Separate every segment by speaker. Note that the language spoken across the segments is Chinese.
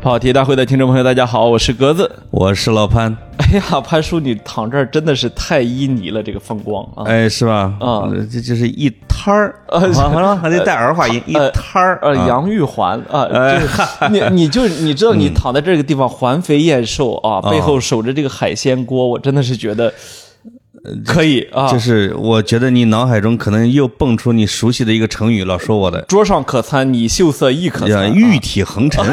Speaker 1: 跑题大会的听众朋友，大家好，我是格子。
Speaker 2: 我是老潘，
Speaker 1: 哎呀，潘叔，你躺这儿真的是太旖旎了，这个风光啊！
Speaker 2: 哎，是吧？
Speaker 1: 啊
Speaker 2: 呃这就是一摊儿，
Speaker 1: 呃
Speaker 2: 完了还得带儿化音，一
Speaker 1: 呃
Speaker 2: 摊儿，
Speaker 1: 呃，
Speaker 2: 啊
Speaker 1: 杨玉环啊，
Speaker 2: 哎
Speaker 1: 就是你你就你知道
Speaker 2: 嗯
Speaker 1: 你躺在这个地方环肥燕瘦啊，
Speaker 2: 哦
Speaker 1: 背后守着这个海鲜锅，我真的是觉得可以啊
Speaker 2: 就，呃是我觉得你脑海中可能又蹦出你熟悉的一个成语，老说 我的，
Speaker 1: 桌上可餐，你秀色亦可
Speaker 2: 叫
Speaker 1: 餐。
Speaker 2: 哎 玉体横陈，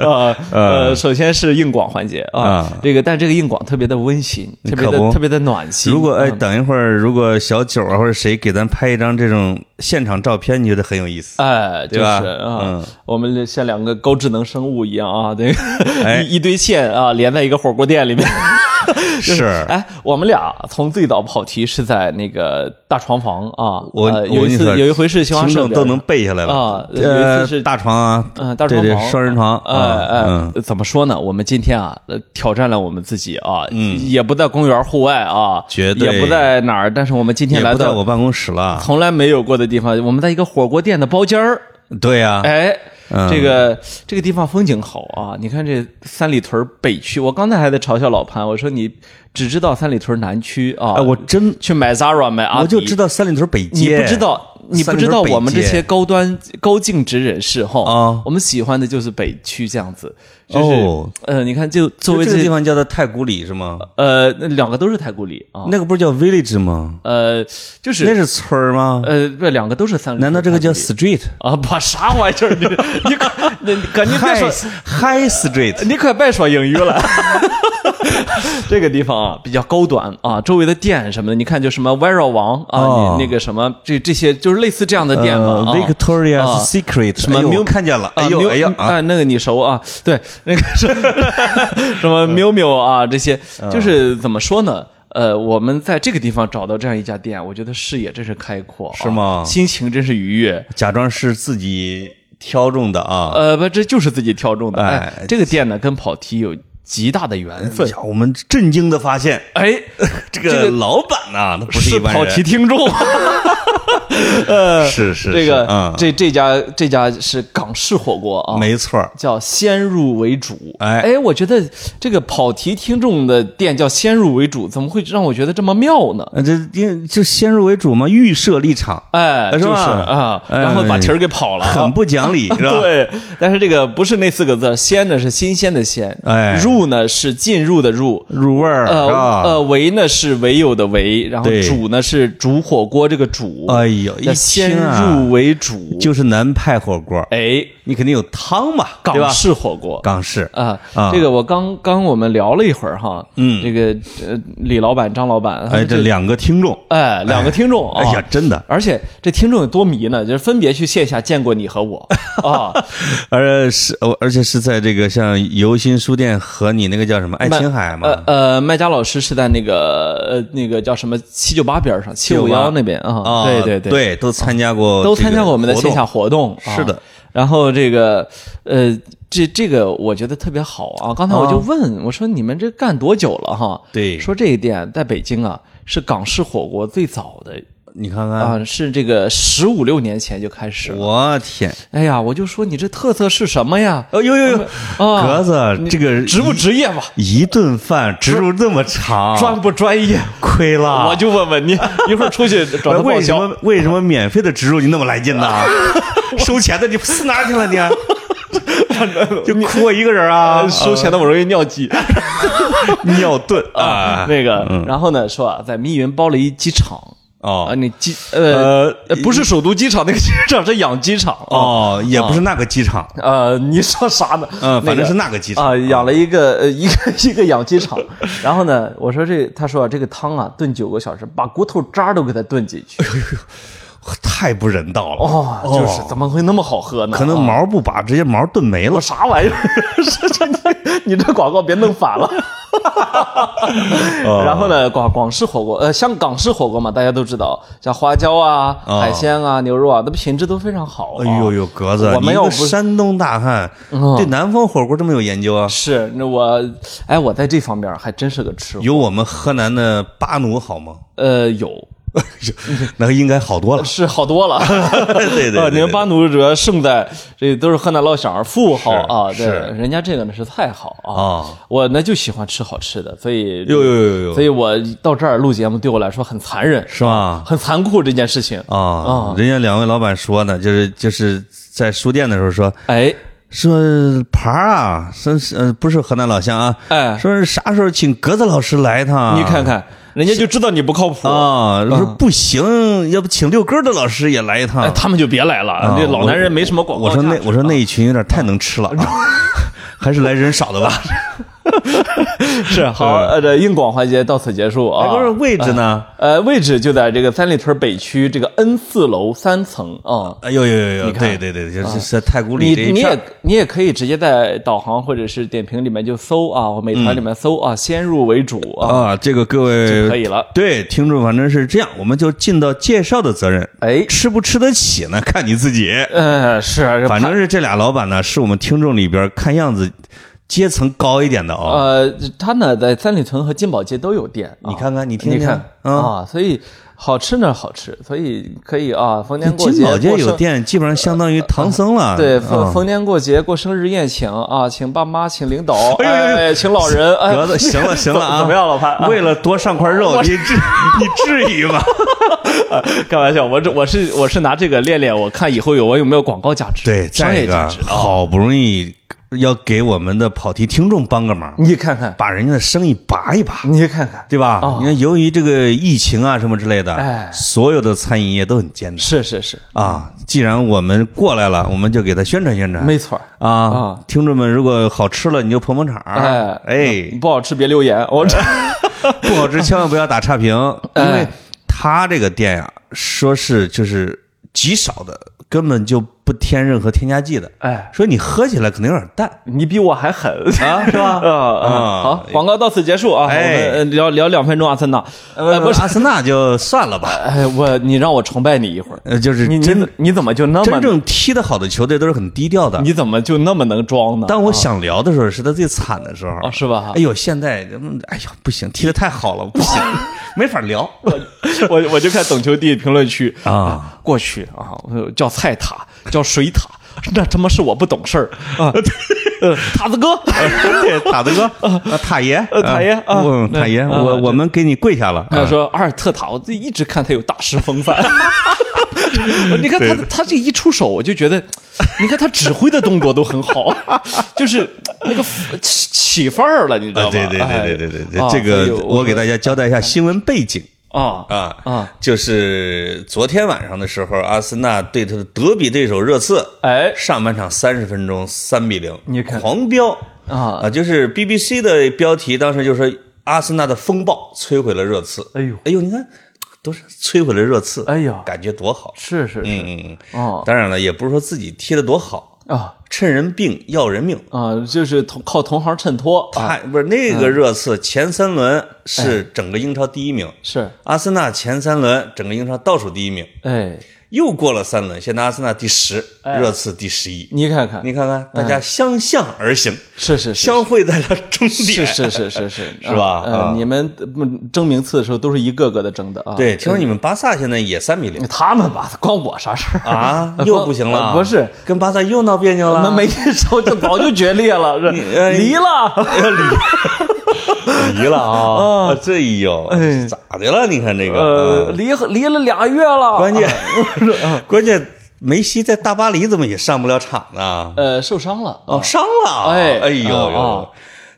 Speaker 1: 呃呃，首先是硬广环节啊
Speaker 2: 啊，
Speaker 1: 这个但这个硬广特别的温馨，特别
Speaker 2: 可
Speaker 1: 的
Speaker 2: 不
Speaker 1: 特别的暖心。
Speaker 2: 如果哎，等一会儿，如果小九啊或者谁给咱拍一张这种现场照片，你觉得很有意 思？
Speaker 1: 哎，就
Speaker 2: 对
Speaker 1: 是
Speaker 2: 吧
Speaker 1: 啊
Speaker 2: 嗯，
Speaker 1: 我们像两个高智能生物一样啊， 对，
Speaker 2: 哎
Speaker 1: 一一堆线啊连在一个火锅店里面。
Speaker 2: 是，
Speaker 1: 哎，我们俩从最早跑题是在那个大床房啊，
Speaker 2: 我
Speaker 1: 呃
Speaker 2: 我
Speaker 1: 有
Speaker 2: 跟
Speaker 1: 一
Speaker 2: 你说
Speaker 1: 次有一回是新华
Speaker 2: 听
Speaker 1: 社
Speaker 2: 众都能
Speaker 1: 聊的
Speaker 2: 背下来了
Speaker 1: 啊有一次
Speaker 2: 呃，
Speaker 1: 是
Speaker 2: 大床啊，
Speaker 1: 嗯大床
Speaker 2: 对
Speaker 1: 房
Speaker 2: 对，双人床，
Speaker 1: 哎
Speaker 2: 啊
Speaker 1: 哎
Speaker 2: 嗯，，
Speaker 1: 怎么说呢？我们今天啊，呃挑战了我们自己啊，也不在公园户外啊，
Speaker 2: 嗯绝对
Speaker 1: 也不在哪儿，但是我们今天
Speaker 2: 也
Speaker 1: 来
Speaker 2: 不在
Speaker 1: 到
Speaker 2: 我办公室了，
Speaker 1: 从来没有过的地方，我们在一个火锅店的包间儿，
Speaker 2: 对呀，
Speaker 1: 哎，
Speaker 2: 嗯
Speaker 1: 这个这个地方风景好啊！你看这三里屯北区，我刚才还在嘲笑老潘，我说你只知道三里屯南区啊，
Speaker 2: 哎，我真
Speaker 1: 去买 Zara 买阿迪，
Speaker 2: 我就知道三里屯北
Speaker 1: 啊你
Speaker 2: 街，
Speaker 1: 不知道，你不知道我们这些高端高净值人士哈，
Speaker 2: 啊
Speaker 1: 我们喜欢的就是北区这样子，就是、
Speaker 2: 哦，
Speaker 1: 呃，你看就作
Speaker 2: 就
Speaker 1: 为
Speaker 2: 这
Speaker 1: 这
Speaker 2: 个地方叫做太古里是吗？
Speaker 1: 呃，那两个都是太古里啊，
Speaker 2: 那个不是叫 village 吗？
Speaker 1: 呃，就
Speaker 2: 那
Speaker 1: 是
Speaker 2: 是村儿吗？
Speaker 1: 呃，不，两个都是三里屯，
Speaker 2: 难道这个叫
Speaker 1: 太古里
Speaker 2: street？
Speaker 1: 啊？把啥玩意儿？你你可那你赶紧别说
Speaker 2: High。High Street，
Speaker 1: 你可别说英语了。 这个地方啊，比较高端啊，周围的店什么的，你看就什么 Vera 王啊，
Speaker 2: 哦
Speaker 1: 你那个什么，这这些就是类似这样的店嘛。
Speaker 2: 呃
Speaker 1: 啊
Speaker 2: Victoria's
Speaker 1: 啊
Speaker 2: Secret，
Speaker 1: 什么
Speaker 2: 哎呦
Speaker 1: Miu-
Speaker 2: 我看见了，
Speaker 1: 啊
Speaker 2: 哎呦
Speaker 1: ，Miu-
Speaker 2: 哎呀啊，
Speaker 1: 啊，那个你熟啊？对，那个是 什么
Speaker 2: 呃
Speaker 1: miu miu 啊，这些
Speaker 2: 嗯
Speaker 1: 就是怎么说呢？呃，我们在这个地方找到这样一家店，我觉得视野真是开阔啊，
Speaker 2: 是吗
Speaker 1: 心情真是愉悦。
Speaker 2: 假装是自己挑中的啊。
Speaker 1: 呃，不，这就是自己挑中的。
Speaker 2: 哎
Speaker 1: 哎，这个店呢，跟跑题有极大的缘 分。
Speaker 2: 我们震惊的发现，
Speaker 1: 哎，
Speaker 2: 这
Speaker 1: 呃这
Speaker 2: 个
Speaker 1: 个
Speaker 2: 老板呐，他不一
Speaker 1: 是
Speaker 2: 般
Speaker 1: 跑题
Speaker 2: 人，
Speaker 1: 听 众。
Speaker 2: 是是
Speaker 1: 这
Speaker 2: 是
Speaker 1: 个
Speaker 2: 嗯
Speaker 1: 这这家这家是港式火锅啊，
Speaker 2: 没错儿，
Speaker 1: 叫先入为主。
Speaker 2: 哎
Speaker 1: 哎，我觉得这个跑题听众的店叫先入为主，怎么会让我觉得这么妙呢？
Speaker 2: 呃这因为就先入为主嘛，预设立场，
Speaker 1: 哎，
Speaker 2: 是
Speaker 1: 就是
Speaker 2: 吧
Speaker 1: 啊，
Speaker 2: 哎
Speaker 1: 然后把题儿给跑了，
Speaker 2: 很不讲理， 是吧？
Speaker 1: 啊 对，但是这个不是那四个字，鲜呢是新鲜的鲜，
Speaker 2: 哎
Speaker 1: 入呢是进入的入，
Speaker 2: 入味儿，
Speaker 1: 呃
Speaker 2: 是吧？
Speaker 1: 呃，唯呢是唯有的唯，然后
Speaker 2: 对
Speaker 1: 煮呢是煮火锅这个煮，
Speaker 2: 哎呦，
Speaker 1: 要
Speaker 2: 一
Speaker 1: 先
Speaker 2: 听啊
Speaker 1: 入为主，
Speaker 2: 就是南派火锅，
Speaker 1: 哎，
Speaker 2: 你肯定有汤嘛，对
Speaker 1: 港
Speaker 2: 吧？
Speaker 1: 式火锅
Speaker 2: 港式，
Speaker 1: 啊
Speaker 2: 啊，
Speaker 1: 这个我刚刚我们聊了一会儿哈，嗯，这个呃李老板、张老板，
Speaker 2: 哎，这两个听众，
Speaker 1: 哎两个听众啊，
Speaker 2: 哎呀，真的，
Speaker 1: 而且这听众有多迷呢，就是分别去线下见过你和 我啊，
Speaker 2: 而是呃而且是在这个像游心书店和你那个叫什么爱琴海嘛
Speaker 1: 呃，呃，麦家老师是在那个呃那个叫什么七九八边上，七五幺那边啊，
Speaker 2: 啊，
Speaker 1: 对对
Speaker 2: 对，都参加过，
Speaker 1: 都参加过我们的线下。活动，啊
Speaker 2: 是的。
Speaker 1: 然后这个，呃，这这个我觉得特别好啊。刚才我就问、我说你们这干多久了哈？
Speaker 2: 对
Speaker 1: 说这个店在北京啊是港式火锅最早的
Speaker 2: 你看看，
Speaker 1: 啊，是这个十五六年前就开始了。
Speaker 2: 我天，
Speaker 1: 哎呀，我就说你这特色是什么呀？
Speaker 2: 哦呦呦呦，
Speaker 1: 啊
Speaker 2: 格，子这个
Speaker 1: 职不职业吧？
Speaker 2: 一顿饭植入这么长，
Speaker 1: 专不专业？
Speaker 2: 亏了。
Speaker 1: 我就问 问你，一会儿出去找他报
Speaker 2: 啊哎为什
Speaker 1: 销。
Speaker 2: 么啊为什么免费的植入你那么来劲呢？ 收钱的你死哪儿去了你？啊就哭我一个人啊
Speaker 1: 呃，收钱的我容易尿急。
Speaker 2: 尿遁啊，
Speaker 1: 那个，然后呢，说啊，在密云包了一机场啊，
Speaker 2: 哦
Speaker 1: 那机呃呃不是首都机场，那个机场是养鸡场啊。
Speaker 2: 哦，也不是那个机场，
Speaker 1: 呃，你说啥呢？
Speaker 2: 嗯，反正是
Speaker 1: 那
Speaker 2: 那个机
Speaker 1: 个
Speaker 2: 场嗯
Speaker 1: 啊，养了一个呃一个一个养鸡场。然后呢，我说这，他说啊，这个汤啊，炖九个小时，把骨头渣都给它炖进去。
Speaker 2: 太不人道了
Speaker 1: 哦，就是怎么会那么好喝呢？
Speaker 2: 可能毛不拔，直接毛炖没了
Speaker 1: 我。啥玩意儿？ 是这你你这广告别弄反了。
Speaker 2: 哦
Speaker 1: 然后呢，广广式火锅，呃，像港式火锅嘛，大家都知道，像花椒啊、
Speaker 2: 哦
Speaker 1: 海鲜啊、牛肉啊，那品质都非常好、啊。
Speaker 2: 哎呦呦，格子，
Speaker 1: 我
Speaker 2: 你
Speaker 1: 们
Speaker 2: 一
Speaker 1: 要
Speaker 2: 个
Speaker 1: 不嗯
Speaker 2: 山东大汉，对南方火锅这么有研究啊？
Speaker 1: 是，那我，哎，我在这方面还真是个吃货。
Speaker 2: 有我们河南的巴奴好吗？
Speaker 1: 呃，有。
Speaker 2: 那应该好多了
Speaker 1: 是好多了。
Speaker 2: 对对
Speaker 1: 啊，
Speaker 2: 对，
Speaker 1: 你们巴奴主要胜在这都是汉娜老小儿富豪
Speaker 2: 是
Speaker 1: 啊，对
Speaker 2: 是，
Speaker 1: 人家这个呢是菜好啊
Speaker 2: 啊，
Speaker 1: 我呢就喜欢吃好吃的，所以
Speaker 2: 有有有有
Speaker 1: 所以我到这儿录节目对我来说很残忍，
Speaker 2: 是吧？
Speaker 1: 很残酷这件事情。
Speaker 2: 啊，人家两位老板说呢，就是就是在书店的时候说
Speaker 1: 哎，
Speaker 2: 说牌儿啊，说是呃不是河南老乡啊，
Speaker 1: 哎
Speaker 2: 说是啥时候请格子老师来一趟？
Speaker 1: 你看看，人家就知道你不靠谱，
Speaker 2: 啊，说不行，要不请六根儿的老师也来一趟啊
Speaker 1: 哎，。他们就别来了，这老男人没什么广告
Speaker 2: 我说
Speaker 1: 价
Speaker 2: 那
Speaker 1: 值啊
Speaker 2: 我说那一群有点太能吃了啊，还是来人少的吧。
Speaker 1: 是好，呃，这硬广环节到此结束啊。
Speaker 2: 哎不是位置呢？
Speaker 1: 呃，位置就在这个三里屯北区这个 N 四楼三层啊。
Speaker 2: 哎呦呦呦呦，
Speaker 1: 看啊
Speaker 2: 对对对，就是在太古里这
Speaker 1: 你
Speaker 2: 一
Speaker 1: 你
Speaker 2: 片
Speaker 1: 也
Speaker 2: 儿。
Speaker 1: 你也可以直接在导航或者是点评里面就搜啊，我美团里面搜
Speaker 2: 嗯
Speaker 1: 啊，先入为主啊，
Speaker 2: 啊，这个各
Speaker 1: 就
Speaker 2: 位
Speaker 1: 可以了。
Speaker 2: 对听众，反正是这样，我们就尽到介绍的责任。
Speaker 1: 哎
Speaker 2: 吃不吃得起呢？ 看你自己。
Speaker 1: 嗯，是啊，这
Speaker 2: 反正是这俩老板呢，是我们听众里边儿看样子阶层高一点的啊。
Speaker 1: 呃，他呢在三里屯和金宝街都有店，啊
Speaker 2: 你看看，你听
Speaker 1: 你
Speaker 2: 听
Speaker 1: 看
Speaker 2: 啊。
Speaker 1: 啊，所以好吃那儿好吃，所以可以啊，逢年过节
Speaker 2: 金宝街
Speaker 1: 过
Speaker 2: 有
Speaker 1: 生
Speaker 2: 店，基本上相当于唐僧了。
Speaker 1: 对，逢
Speaker 2: 啊
Speaker 1: 逢年过节过生日宴请啊，请爸妈，请领导，
Speaker 2: 哎呦呦呦
Speaker 1: 哎，请老人，哎，
Speaker 2: 格子，行 了行了啊，
Speaker 1: 怎么样，老潘？
Speaker 2: 为了多上块肉，你 至你至于吗？
Speaker 1: 开玩笑，我这我是我是拿这个练练，我看以后有我有没有广告价值，
Speaker 2: 对，
Speaker 1: 商
Speaker 2: 再
Speaker 1: 业
Speaker 2: 一
Speaker 1: 价
Speaker 2: 个
Speaker 1: 值，。啊
Speaker 2: 好不容易要给我们的跑题听众帮个忙，
Speaker 1: 你看看，
Speaker 2: 把人家的生意拔一拔，
Speaker 1: 你看看，
Speaker 2: 对吧
Speaker 1: 啊？
Speaker 2: 你看，由于这个疫情啊什么之类
Speaker 1: 哎
Speaker 2: 的，所有的餐饮业都很艰难
Speaker 1: 是是是，
Speaker 2: 啊。既然我们过来了，我们就给他宣传宣传。
Speaker 1: 没错儿。
Speaker 2: 啊
Speaker 1: 啊，
Speaker 2: 听众们，如果好吃了，你就捧捧场
Speaker 1: 哎
Speaker 2: 儿，哎，
Speaker 1: 不好吃别留言，我这
Speaker 2: 嗯不好吃千万不要打差评，因为
Speaker 1: 哎
Speaker 2: 他这个店呀、说是就是极少的，根本就不添任何添加剂的，
Speaker 1: 哎，
Speaker 2: 所以你喝起来可能有点淡
Speaker 1: 你比我还狠。
Speaker 2: 啊，是 吧？
Speaker 1: 啊啊！
Speaker 2: 啊
Speaker 1: 好，广告到此结束啊！我
Speaker 2: 哎
Speaker 1: 们呃聊聊两分钟阿森纳，呃，不是，
Speaker 2: 阿森纳就算了吧，
Speaker 1: 哎，我你让我崇拜你一会儿，
Speaker 2: 呃，就是
Speaker 1: 你你
Speaker 2: 真
Speaker 1: 怎你怎么就那
Speaker 2: 真
Speaker 1: 么
Speaker 2: 正踢得好的球队都是很低调的。
Speaker 1: 你怎么就那么能装呢？
Speaker 2: 当我想聊的时候，是他最惨的时候
Speaker 1: 啊啊，是吧
Speaker 2: 哎？呦，现在嗯哎呦不行，踢得太好了，不行，没法聊
Speaker 1: 我 我就看懂球帝评论区
Speaker 2: 啊。
Speaker 1: 过去啊，呃叫菜塔，叫水塔，那他妈是我不懂事儿 啊！呃，塔子 哥，
Speaker 2: 对，塔子哥， 啊塔爷，
Speaker 1: 呃塔爷啊
Speaker 2: 嗯，塔爷，
Speaker 1: 啊这
Speaker 2: 我我们给你跪下了。
Speaker 1: 他
Speaker 2: 啊
Speaker 1: 哎说阿尔特塔，我这一直看他有大师风 范。你看他他这一出手，我就觉得，你看他指挥的动作都很好， 就是那个起起范儿了，你知道吗？
Speaker 2: 啊
Speaker 1: 哎
Speaker 2: 对对对对对对对，这
Speaker 1: 哎呦
Speaker 2: 个我给
Speaker 1: 我哎
Speaker 2: 大家交代一下新闻背景
Speaker 1: 啊
Speaker 2: 啊
Speaker 1: 啊，
Speaker 2: 就是昨天晚上的时候，阿森纳对他的德比对手热刺，
Speaker 1: 哎
Speaker 2: 上半场三十分钟三比零，
Speaker 1: 你看
Speaker 2: 狂飙
Speaker 1: 啊
Speaker 2: 啊！就是 BBC 的标题当时就说阿森纳的风暴摧毁了热刺，
Speaker 1: 哎呦
Speaker 2: 哎呦，你看都是摧毁了热刺，
Speaker 1: 哎呀
Speaker 2: 感觉多好，
Speaker 1: 是是是
Speaker 2: 嗯嗯
Speaker 1: 哦
Speaker 2: 嗯，当然了，也不是说自己踢得多好，
Speaker 1: 啊
Speaker 2: 趁人病要人命。
Speaker 1: 啊，就是同靠同行衬托啊，哎
Speaker 2: 他不是那个热刺前三轮是整个英超第一名，
Speaker 1: 是
Speaker 2: 阿森纳前三轮整个英超倒数第一名，
Speaker 1: 哎，
Speaker 2: 又过了三轮，现在阿森纳第十，热刺第十一。
Speaker 1: 你看看
Speaker 2: 你看看，大家相向而行，
Speaker 1: 是是是。
Speaker 2: 相会在了终
Speaker 1: 是
Speaker 2: 点。
Speaker 1: 哎是是是 是，
Speaker 2: 是吧
Speaker 1: 呃，
Speaker 2: 啊
Speaker 1: 你们嗯争名次的时候都是一个个的争的啊。
Speaker 2: 对，听说你们巴萨现在也三比零
Speaker 1: 他们吧，关我啥事儿
Speaker 2: 啊，又不行了，
Speaker 1: 呃不是，
Speaker 2: 跟巴萨又闹别扭
Speaker 1: 我
Speaker 2: 了，
Speaker 1: 们没一周就早就决裂 了，是
Speaker 2: 呃
Speaker 1: 离了。
Speaker 2: 离了啊，这一哟
Speaker 1: 哎，
Speaker 2: 咋的了？你看这个，啊
Speaker 1: 呃，啊离离了俩月了，
Speaker 2: 关键 关键，梅西在大巴黎怎么也上不了场呢？
Speaker 1: 呃受伤了，
Speaker 2: 哦，伤了！
Speaker 1: 哎
Speaker 2: 哎呦
Speaker 1: 哦
Speaker 2: 呦
Speaker 1: 哦，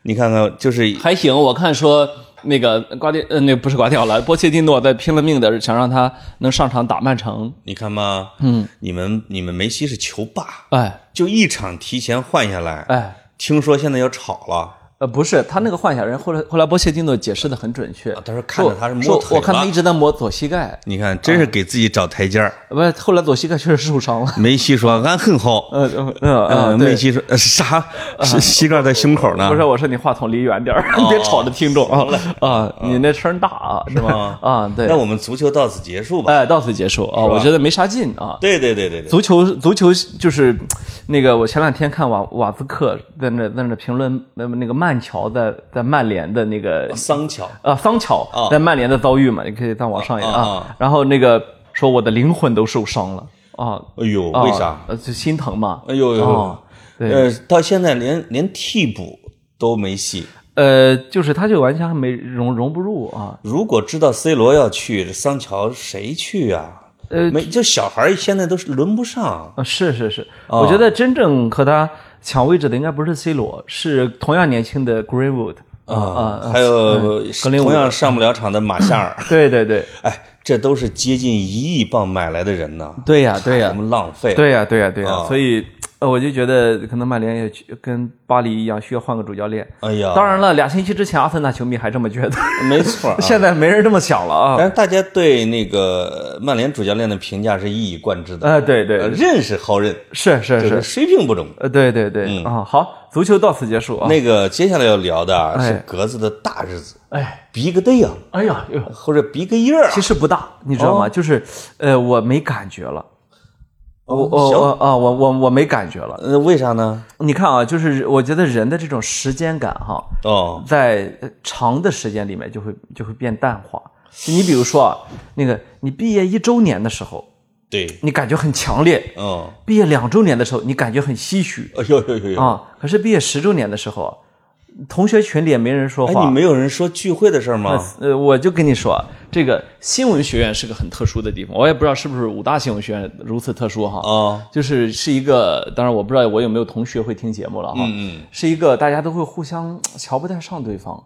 Speaker 2: 你看看，就是
Speaker 1: 还行。我看说那个瓜迪，呃，那不是瓜迪奥拉，波切蒂诺在拼了命的想让他能上场打曼城。
Speaker 2: 你看吧，嗯，你们你们梅西是球霸，
Speaker 1: 哎
Speaker 2: 就一场提前换下来，
Speaker 1: 哎，
Speaker 2: 听说现在要吵了，
Speaker 1: 呃，不是，他那个换下人，后来后来波切蒂诺解释的很准确，
Speaker 2: 他说看着啊他是摸
Speaker 1: 说
Speaker 2: 腿
Speaker 1: 我看他
Speaker 2: 了
Speaker 1: 一直在摸左膝盖，
Speaker 2: 你看真
Speaker 1: 啊
Speaker 2: 是给自己找台阶儿。
Speaker 1: 不是，后来左膝盖确实受伤了。
Speaker 2: 梅西说：“俺很好。
Speaker 1: 呃呃呃
Speaker 2: 呃”啊
Speaker 1: 呃，
Speaker 2: 梅
Speaker 1: 对，啊
Speaker 2: 西说：“呃 啥？是膝盖在胸口呢
Speaker 1: 不？”是，我说你话筒离远点儿， 别吵着听众啊 啊！你那声儿大啊，是
Speaker 2: 吗
Speaker 1: 啊，对
Speaker 2: 那，我们足球到此结束吧。
Speaker 1: 哎，到此结束啊，我觉得没啥劲啊。
Speaker 2: 对对对对对，
Speaker 1: 足球，足球就是那个，我前两天看瓦瓦兹克在那在那评论那那个曼曼乔在在曼联的那个
Speaker 2: 桑乔，
Speaker 1: 啊，桑乔
Speaker 2: 啊
Speaker 1: 在曼联的遭遇嘛，你可以再往上一点
Speaker 2: 啊啊
Speaker 1: 啊。然后那个说我的灵魂都受伤了啊，
Speaker 3: 哎呦，
Speaker 1: 啊
Speaker 3: 为啥？？
Speaker 1: 呃，就心疼嘛。
Speaker 2: 哎呦呦
Speaker 1: 哦
Speaker 2: 呦，
Speaker 1: 对
Speaker 2: 呃，到现在连连替补都没戏。
Speaker 1: 呃，就是他这个完全还没融融不入啊。
Speaker 2: 如果知道 C 罗要去，这桑乔谁去啊？
Speaker 1: 呃
Speaker 2: 没，就小孩儿现在都是轮不上。
Speaker 1: 啊，是是是，我觉得真正和他抢位置的应该不是 C 罗，是同样年轻的 Greenwood 啊啊，
Speaker 2: 还有
Speaker 1: 格林伍
Speaker 2: 同样上不了场的马夏 尔，
Speaker 1: 对对对
Speaker 2: 哎，这都是接近一亿镑买来的人呢，
Speaker 1: 对呀对呀
Speaker 2: 我们浪费。
Speaker 1: 对呀对呀对呀，
Speaker 2: 啊
Speaker 1: 所以呃我就觉得可能曼联也去跟巴黎一样，需要换个主教练。
Speaker 2: 哎呀，
Speaker 1: 当然了，俩星期之前阿森纳球迷还这么觉得，
Speaker 2: 没错啊。
Speaker 1: 现在没人这么想了啊。
Speaker 2: 但是大家对那个曼联主教练的评价是一以贯之的，
Speaker 1: 呃，对对
Speaker 2: 呃，认识好认，
Speaker 1: 是是
Speaker 2: 就是
Speaker 1: 是，
Speaker 2: 水平不中。
Speaker 1: 呃，对对对啊，好，足球到此结束啊。
Speaker 2: 那个接下来要聊的啊
Speaker 1: 哎
Speaker 2: 是格子的大日子
Speaker 1: 哎
Speaker 2: ，Big Day 啊，
Speaker 1: 哎呀，哎呦
Speaker 2: 或者 Big Year 啊
Speaker 1: 其。实不大，你知道吗？就是，呃，我没感觉了，我我
Speaker 2: 行
Speaker 1: 我啊，我我我没感觉了。
Speaker 2: 哦呃，为啥呢？
Speaker 1: 你看啊，就是我觉得人的这种时间感哈，
Speaker 2: 哦，
Speaker 1: 在呃长的时间里面就会就会变淡化。就你比如说啊，那个你毕业一周年的时候，
Speaker 2: 对，
Speaker 1: 你感觉很强烈；
Speaker 2: 哦，
Speaker 1: 毕业两周年的时候，你感觉很唏嘘
Speaker 2: 哎呦呦呦呦，
Speaker 1: 啊。可是毕业十周年的时候啊，同学群里也没人说
Speaker 2: 哎，
Speaker 1: 话，
Speaker 2: 你没有人说聚会的事儿吗？
Speaker 1: 呃，我就跟你说，
Speaker 2: 这个
Speaker 1: 新闻学院是个很特殊的地方，我也不知道是不是五大新闻学院如此特殊哈。
Speaker 2: 哦，
Speaker 1: 就是是一个，当然我不知道我有没有同学会听节目了哈。
Speaker 2: 嗯嗯，
Speaker 1: 是一个大家都会互相呃瞧不太上对方，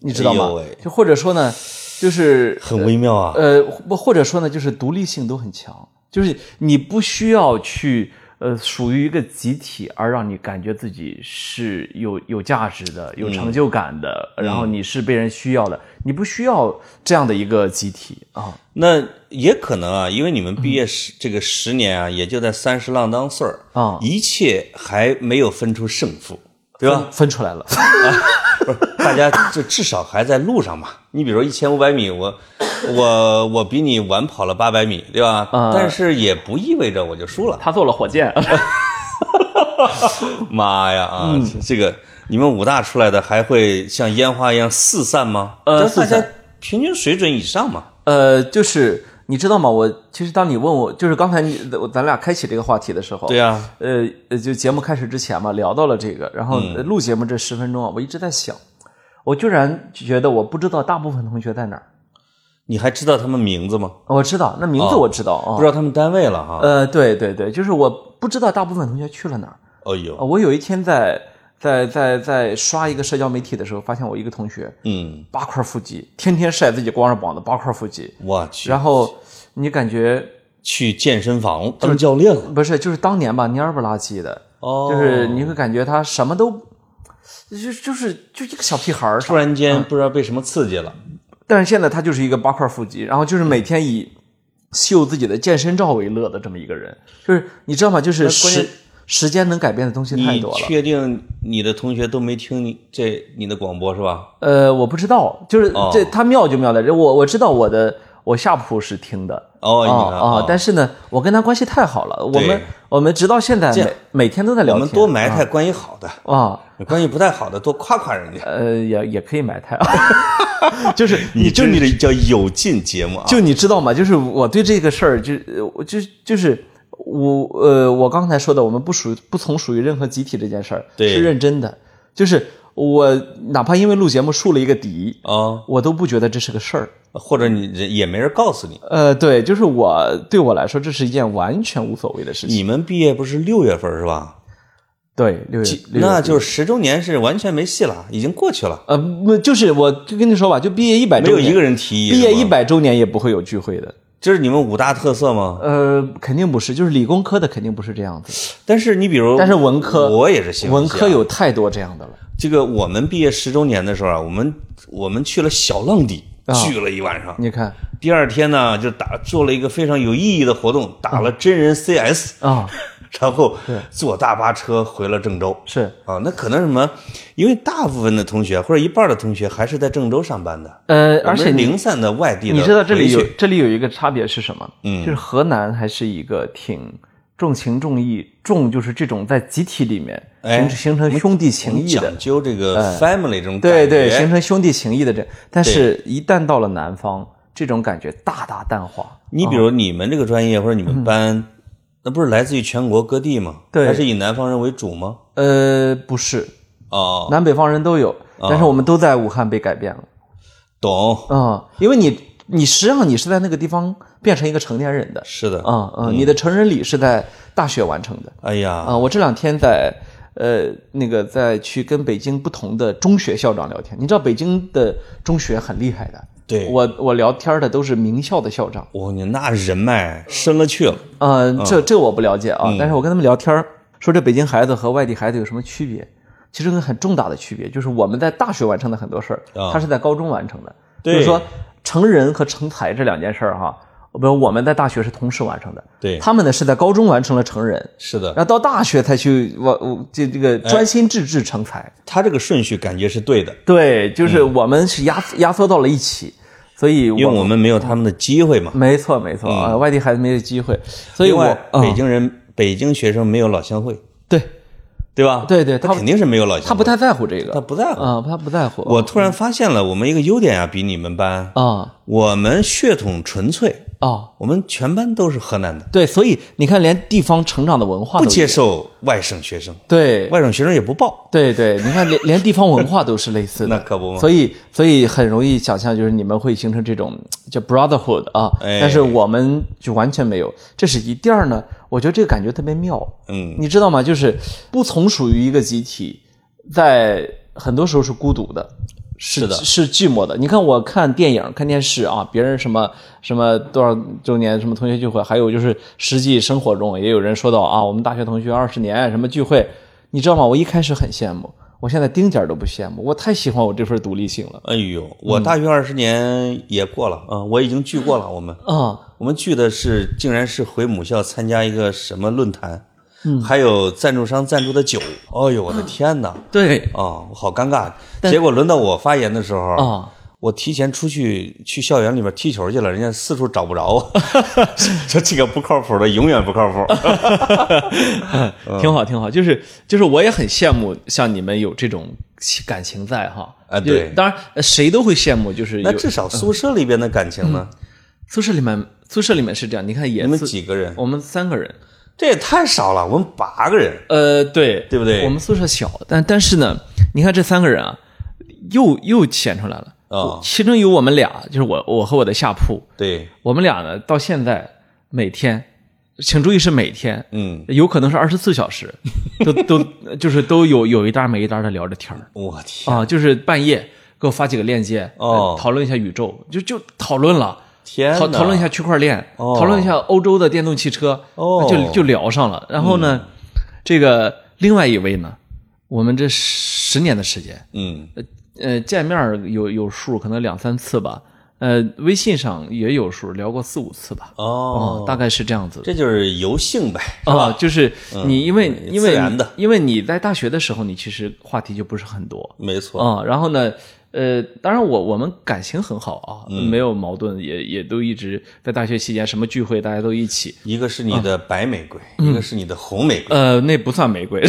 Speaker 1: 你知道
Speaker 2: 哎呦
Speaker 1: 吗
Speaker 2: 喂？
Speaker 1: 就或者说呢，就是
Speaker 2: 很微妙啊。
Speaker 1: 呃，不或者说呢，就是独立性都很强，就是你不需要去呃属于一个集体，而让你感觉自己是有有价值的、有成就感的，然后你是被人需要的，你不需要这样的一个集体啊。
Speaker 2: 那也可能啊，因为你们毕业十这个十年啊，也就在三十浪当岁儿
Speaker 1: 啊
Speaker 2: 一切还没有分出胜负，对吧？
Speaker 1: 分出来了，
Speaker 2: 不是，大家就 至少还在路上嘛。你比如说一千五百米，我我我比你晚跑了八百米，对吧？
Speaker 1: 啊
Speaker 2: 但是也不意味着我就输 了。
Speaker 1: 他做了火箭，
Speaker 2: 妈呀啊！
Speaker 1: 嗯
Speaker 2: 这个你们武大出来的还会像烟花一样四散吗？
Speaker 1: 呃
Speaker 2: 就大
Speaker 1: 四
Speaker 2: 家
Speaker 1: 散
Speaker 2: 平均水准以上嘛。
Speaker 1: 呃，就是你知道吗？我其实当你问我，就是刚才你咱俩开启这个话题的时候，
Speaker 2: 对啊，
Speaker 1: 呃呃，就节目开始之前嘛，聊到了这个，然后
Speaker 2: 嗯
Speaker 1: 呃录节目这十分钟啊，我一直在想，我居然觉得我不知道大部分同学在哪儿。
Speaker 2: 你还知道他们名字吗？
Speaker 1: 我知道，那名字我知道啊，
Speaker 2: 不知道他们单位了哈。
Speaker 1: 呃，对对对，就是我不知道大部分同学去了哪儿。
Speaker 2: 哎呦，
Speaker 1: 呃我有一天在在在在刷一个社交媒体的时候，发现我一个同学
Speaker 2: 嗯，
Speaker 1: 八块腹肌，天天晒自己光着膀子八块腹肌，
Speaker 2: 我去，
Speaker 1: 然后你感觉
Speaker 2: 去健身房当教练了。
Speaker 1: 不是，就是当年吧，蔫不拉几的，
Speaker 2: 哦
Speaker 1: 就是你会感觉他什么都，就就是就一个小屁孩儿，
Speaker 2: 突然间不知道被什么刺激了。
Speaker 1: 但是现在他就是一个八块腹肌，然后就是
Speaker 2: 嗯
Speaker 1: 每天以秀自己的健身照为乐的这么一个人，就是你知道吗？就是
Speaker 2: 关键
Speaker 1: 时时间能改变的东西太
Speaker 2: 你
Speaker 1: 多了。
Speaker 2: 确定你的同学都没听你这你的广播是吧？
Speaker 1: 呃，我不知道，就是
Speaker 2: 哦
Speaker 1: 这他妙就妙在这，我我知道我的我下铺是听的。
Speaker 2: 哦，
Speaker 1: 啊
Speaker 2: 你看
Speaker 1: 啊！但是呢，我跟他关系太好了，我们我们直到现在
Speaker 2: 这
Speaker 1: 每每天都在聊
Speaker 2: 我
Speaker 1: 天，
Speaker 2: 们多埋汰关系 好的，
Speaker 1: 啊，
Speaker 2: 关系不太好的多夸 夸人家。
Speaker 1: 呃，也也可以埋汰 啊，就是
Speaker 2: 你
Speaker 1: 就
Speaker 2: 这你的叫有劲节目啊！
Speaker 1: 就你知道吗？就是我对这个事儿，就呃我就就是我呃，我刚才说的，我们不属于不从属于任何集体这件事儿，
Speaker 2: 对
Speaker 1: 是认真的。就是我哪怕因为录节目树了一个敌，
Speaker 2: 啊，
Speaker 1: 我都不觉得这是个事儿。
Speaker 2: 或者你人也没人告诉你，
Speaker 1: 呃，对，就是我对我来说，这是一件完全无所谓的事情。
Speaker 2: 你们毕业不是六月份是吧？
Speaker 1: 对，六月，六月
Speaker 2: 那就是十周年是完全没戏了，已经过去了，
Speaker 1: 呃，不就是我就跟你说吧，就毕业一百
Speaker 2: 没
Speaker 1: 周
Speaker 2: 有
Speaker 1: 年，
Speaker 2: 一个人提议。
Speaker 1: 毕业
Speaker 2: 是吗
Speaker 1: 一，百周年也不会有聚会的。
Speaker 2: 这是你们五大特色吗？
Speaker 1: 呃，肯定不是，就是理工科的肯定不是这样子，
Speaker 2: 但是你比如，
Speaker 1: 但是文科
Speaker 2: 我也是新闻
Speaker 1: 文
Speaker 2: 系啊
Speaker 1: 科有太多这样的了。
Speaker 2: 这个我们毕业十周年的时候啊，我们我们去了小浪底
Speaker 1: 啊
Speaker 2: 聚了一晚上，
Speaker 1: 你看
Speaker 2: 第二天呢就打做了一个非常有意义的活动，打了真人 CS，、
Speaker 1: 啊，
Speaker 2: 然后坐大巴车回了郑州。
Speaker 1: 是
Speaker 2: 啊，那可能什么？因为大部分的同学或者一半的同学还是在郑州上班的，
Speaker 1: 呃，而且
Speaker 2: 我们是
Speaker 1: 你
Speaker 2: 零散的外地的，
Speaker 1: 你知道这里有这里有一个差别是什么？嗯，就是河南还是一个挺重情重义，重就是这种在集体里面形成形成兄弟情谊的
Speaker 2: 哎讲，究这个 family 这种感
Speaker 1: 哎对
Speaker 2: 觉，
Speaker 1: 对，形成兄弟情谊的这，但是一旦到了南方，这种感觉大大淡化。
Speaker 2: 你比如你们这个专业或者你们班，那不是来自于全国各地吗？
Speaker 1: 嗯对
Speaker 2: 它是以南方人为主吗？
Speaker 1: 呃，不是，
Speaker 2: 哦，
Speaker 1: 南北方人都有，但是我们都在武汉被改变了。
Speaker 2: 懂，
Speaker 1: 嗯，因为你你实际上你是在那个地方变成一个成年人的，
Speaker 2: 是的，
Speaker 1: 嗯嗯，你的成人礼是在大学完成的。
Speaker 2: 哎呀，
Speaker 1: 啊，我这两天在呃那个在去跟北京不同的中学校长聊天，你知道北京的中学很厉害的，
Speaker 2: 对
Speaker 1: 我我聊天的都是名校的校长，
Speaker 2: 我你那人脉深了去了，
Speaker 1: 呃，这这我不了解啊，
Speaker 2: 嗯
Speaker 1: 但是我跟他们聊天儿说这北京孩子和外地孩子有什么区别？其实有个很重大的区别就是我们在大学完成的很多事儿，
Speaker 2: 啊
Speaker 1: 他是在高中完成的。
Speaker 2: 对
Speaker 1: 就是说成人和成才这两件事儿哈，比如我们在大学是同时完成的，
Speaker 2: 对，
Speaker 1: 他们呢是在高中完成了成人，
Speaker 2: 是的，
Speaker 1: 然后到大学才去我我这这个
Speaker 2: 哎
Speaker 1: 专心致志成才。
Speaker 2: 他这个顺序感觉是对的，
Speaker 1: 对，就是我们是压压缩到了一起，所以
Speaker 2: 因为
Speaker 1: 我
Speaker 2: 我们没有他们的机会嘛。
Speaker 1: 没错没错啊，外地孩子没有机会，所以
Speaker 2: 另
Speaker 1: 我
Speaker 2: 外，北
Speaker 1: 嗯
Speaker 2: 京人北京学生没有老乡会，
Speaker 1: 对
Speaker 2: 对吧？
Speaker 1: 对对
Speaker 2: 他
Speaker 1: 他
Speaker 2: 肯定是没有老乡会，
Speaker 1: 他不太在乎这个，
Speaker 2: 他不在乎。
Speaker 1: 啊、他不在乎。
Speaker 2: 我突然发现了我们一个优点啊，比你们班，
Speaker 1: 啊
Speaker 2: 我们血统纯粹，
Speaker 1: 哦，
Speaker 2: 我们全班都是河南的，
Speaker 1: 对，所以你看，连地方成长的文化
Speaker 2: 不
Speaker 1: 都
Speaker 2: 接受外省学生，
Speaker 1: 对
Speaker 2: 外省学生也不报。
Speaker 1: 对对，你看连 连地方文化都是类似的，
Speaker 2: 那可不嘛
Speaker 1: 所以所以很容易想象，就是你们会形成这种叫 brotherhood 啊，
Speaker 2: 哎
Speaker 1: 但是我们就完全没有，这是一。第二呢，我觉得这个感觉特别妙，
Speaker 2: 嗯，
Speaker 1: 你知道吗？就是不从属于一个集体，在很多时候是孤独的，是
Speaker 2: 是的
Speaker 1: 是寂寞的。你看，我看电影、看电视啊，别人什么什么多少周年什么同学聚会，还有就是实际生活中也有人说到啊，我们大学同学二十年什么聚会，你知道吗？我一开始很羡慕，我现在丁点儿都不羡慕，我太喜欢我这份独立性了
Speaker 2: 哎呦，我大学二十年也过了啊，我已经 聚过了。我们
Speaker 1: 啊！
Speaker 2: 我们聚的是，竟然是回母校参加一个什么论坛，
Speaker 1: 嗯
Speaker 2: 还有赞助商赞助的酒。哎呦，我
Speaker 1: 啊
Speaker 2: 的天哪！
Speaker 1: 对
Speaker 2: 啊，我好尴尬。结果轮到我发言的时候，
Speaker 1: 啊，
Speaker 2: 我提前出去去校园里边踢球去了，人家四处找不着 我。说这个不靠谱的，永远不 靠谱。嗯
Speaker 1: 挺好，挺好。就是就是，我也很羡慕像你们有这种感情在哈。
Speaker 2: 啊
Speaker 1: 就是
Speaker 2: 对
Speaker 1: 当然呃谁都会羡慕，就是
Speaker 2: 那
Speaker 1: 有
Speaker 2: 至少宿舍里边的感情呢？
Speaker 1: 宿舍里面宿舍里面是这样，你嗯看也
Speaker 2: 你们
Speaker 1: 宿
Speaker 2: 几个人？
Speaker 1: 我们三个人，
Speaker 2: 这也太少了，我们八个人。
Speaker 1: 呃，对
Speaker 2: 对不对
Speaker 1: 我们宿舍小，但但是呢，你看这三个人啊，又又显出来了
Speaker 2: 啊
Speaker 1: 其中有我们俩，就是我我和我的下铺，
Speaker 2: 对，
Speaker 1: 我们俩呢到现在每天，请注意是每天，
Speaker 2: 嗯，
Speaker 1: 有可能是二十四小时，都都就是都有有一搭没一搭的聊着天儿
Speaker 2: 我天，
Speaker 1: 啊，就是半夜给我发几个链接，
Speaker 2: 哦
Speaker 1: 呃讨论一下宇宙，就就讨论了。
Speaker 2: 天
Speaker 1: 讨
Speaker 2: 哪
Speaker 1: 讨论一下区块链，
Speaker 2: 哦
Speaker 1: 讨论一下欧洲的电动汽车，呃
Speaker 2: 哦嗯
Speaker 1: 就就聊上了。然后呢，这个另外一位呢，我们这十年的时间，
Speaker 2: 嗯，
Speaker 1: 呃，见面儿有有数，可能两三次吧。呃，微信上也有数，聊过四五次吧。
Speaker 2: 哦，
Speaker 1: 大概是这样子的。
Speaker 2: 这就是游兴呗，是
Speaker 1: 啊、
Speaker 2: 吧？嗯
Speaker 1: 就是你因为、因为
Speaker 2: 自然的
Speaker 1: 因为你在大学的时候，你其实话题就不是很多，
Speaker 2: 没错，
Speaker 1: 啊、然后呢，呃，当然我我们感情很好啊，没有矛盾，也也都一直在大学期间什么聚会大家都一起。
Speaker 2: 一个是你的白玫瑰，
Speaker 1: 嗯
Speaker 2: 一个是你的红玫瑰。
Speaker 1: 呃，那不算玫瑰，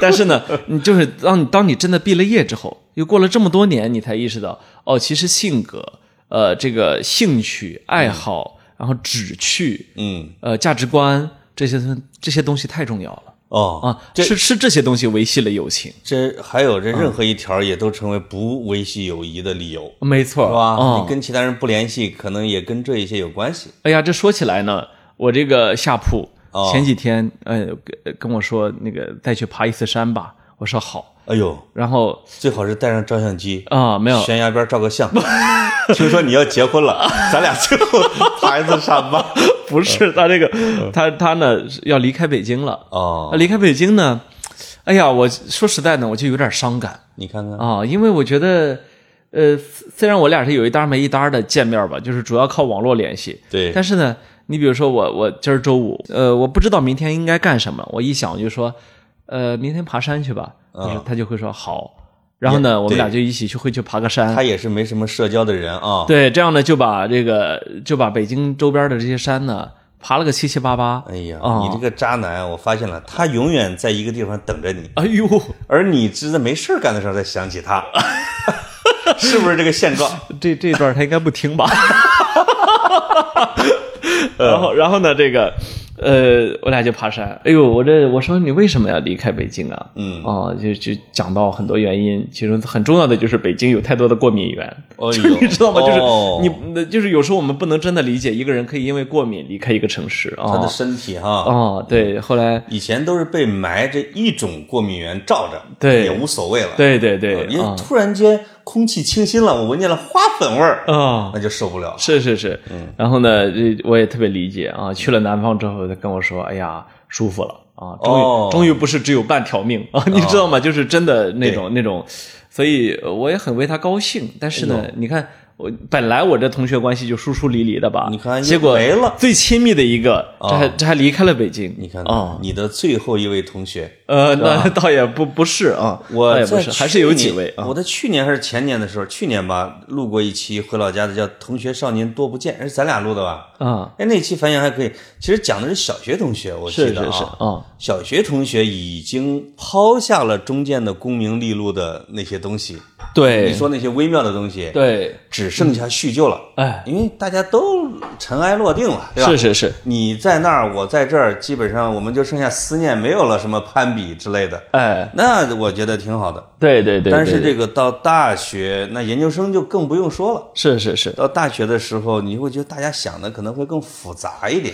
Speaker 1: 但是呢，你就是当你当你真的毕了业之后，又过了这么多年，你才意识到，哦，其实性格，呃，这个兴趣爱好，然后志趣，
Speaker 2: 嗯，
Speaker 1: 呃，价值观这些东这些东西太重要了
Speaker 2: 哦，
Speaker 1: 啊，是啊是这些东西维系了友情。
Speaker 2: 这还有这任何一条也都成为不维系友谊的理由，
Speaker 1: 没错，
Speaker 2: 是吧？
Speaker 1: 嗯
Speaker 2: 你跟其他人不联系，可能也跟这一些有关系。
Speaker 1: 哎呀，这说起来呢，我这个下铺
Speaker 2: 哦
Speaker 1: 前几天、呃跟跟我说那个再去爬一次山吧，我说好，
Speaker 2: 哎呦，
Speaker 1: 然后
Speaker 2: 最好是带上照相机，
Speaker 1: 啊、没有，
Speaker 2: 悬崖边照个相。 听说你要结婚了，咱俩最后爬一次山吧。
Speaker 1: 不是他这个他他呢是要离开北京了，
Speaker 2: 嗯
Speaker 1: 啊
Speaker 2: 哦，
Speaker 1: 离开北京呢，哎呀，我说实在呢，我就有点伤感
Speaker 2: 你看看，
Speaker 1: 啊、因为我觉得。呃，虽虽然我俩是有一搭没一搭的见面吧，就是主要靠网络联系。
Speaker 2: 对
Speaker 1: 但是呢，你比如说我，我今儿周五，呃，我不知道明天应该干什么，我一想我就说，呃，明天爬山去吧。他
Speaker 2: 啊
Speaker 1: 说他就会说好，然后呢，我们俩就一起去会去爬个
Speaker 2: 他
Speaker 1: 山。
Speaker 2: 也是没什么社交的人啊。
Speaker 1: 对，这样呢就把这个就把北京周边的这些山呢爬了个七七八八。
Speaker 2: 哎呀，
Speaker 1: 啊
Speaker 2: 你这个渣男，我发现了，他永远在一个地方等着你，
Speaker 1: 哎呦，
Speaker 2: 而你只在没事儿干的时候再想起他， 是不是这个现状？
Speaker 1: 这这段他应该不听 吧？然后，然后呢？这个，呃，我俩就爬山。哎呦，我这我说你为什么要离开北京啊？
Speaker 2: 嗯
Speaker 1: 哦，就就讲到很多原因，其中很重要的就是北京有太多的过敏源，
Speaker 2: 哎 呦
Speaker 1: 就你知道吗？就是
Speaker 2: 哦
Speaker 1: 你，那就是有时候我们不能真的理解一个人可以因为过敏离开一个城市啊。
Speaker 2: 他的
Speaker 1: 哦
Speaker 2: 身体哈，
Speaker 1: 哦，对，后来
Speaker 2: 以前都是被霾这一种过敏源罩着，
Speaker 1: 对
Speaker 2: 也无所谓了。
Speaker 1: 对对对
Speaker 2: 哦因为
Speaker 1: 啊
Speaker 2: 突然间空气清新了，我闻见了花粉味儿，
Speaker 1: 啊，
Speaker 2: 那就受不了。
Speaker 1: 是是是，
Speaker 2: 嗯
Speaker 1: 然后呢，这我也特别理解啊。去了南方之后，他跟我说：“哎呀，舒服了啊，终于、
Speaker 2: 哦
Speaker 1: 终于不是只有半条命啊，你知道吗？ 就是真的那种那种，所以呃我也很为他高兴。但是呢，你看我本来我这同学关系就疏疏离离的吧，
Speaker 2: 你看
Speaker 1: 结果
Speaker 2: 没了哦
Speaker 1: 最亲密的一个，这还、这还离开了北京。
Speaker 2: 你看
Speaker 1: 啊，，
Speaker 2: 你的最后一位同学，
Speaker 1: 呃，那 倒也不不是啊，
Speaker 2: 我
Speaker 1: 倒也不
Speaker 2: 在
Speaker 1: 是，
Speaker 2: 去
Speaker 1: 还是有几
Speaker 2: 年
Speaker 1: 位啊。
Speaker 2: 我在去年还是前年的时候，去年吧，录过一期回老家的，叫《同学少年多不见》，是咱俩录的吧？
Speaker 1: 啊，
Speaker 2: 哎，那期反响还可以。其实讲的是小学同学，我记
Speaker 1: 是
Speaker 2: 得啊，
Speaker 1: 是是啊
Speaker 2: 小学同学已经抛下了中间的功名利禄的那些东西，你
Speaker 1: 对
Speaker 2: 说那些微妙的东西，，
Speaker 1: 对，
Speaker 2: 只剩下叙旧了。
Speaker 1: 哎，
Speaker 2: 因为大家都尘埃落定了，对吧？
Speaker 1: 是是是，
Speaker 2: 你在那儿，我在这儿，基本上我们就剩下思念，没有了什么攀比之类的。
Speaker 1: 哎，
Speaker 2: 那我觉得挺好的。
Speaker 1: 对对对，
Speaker 2: 但是
Speaker 1: 对
Speaker 2: 这个到大学，那研究生就更不用说了。
Speaker 1: 是是是。
Speaker 2: 到大学的时候，你会觉得大家想的可能会更复杂一点。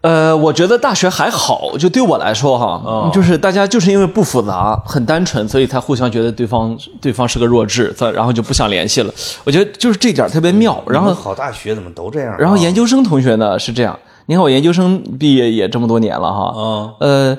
Speaker 1: 呃，我觉得大学还好，就对我来说哈，就是大家就是因为不复杂、很单纯，所以才互相觉得对方对方是个弱智，再然后就不想联系了。我觉得就是这点儿特别妙。然后
Speaker 2: 你们，好大学怎么都这样啊？
Speaker 1: 然后研究生同学呢是这样，你看我研究生毕业也这么多年了哈，
Speaker 2: 嗯
Speaker 1: 呃，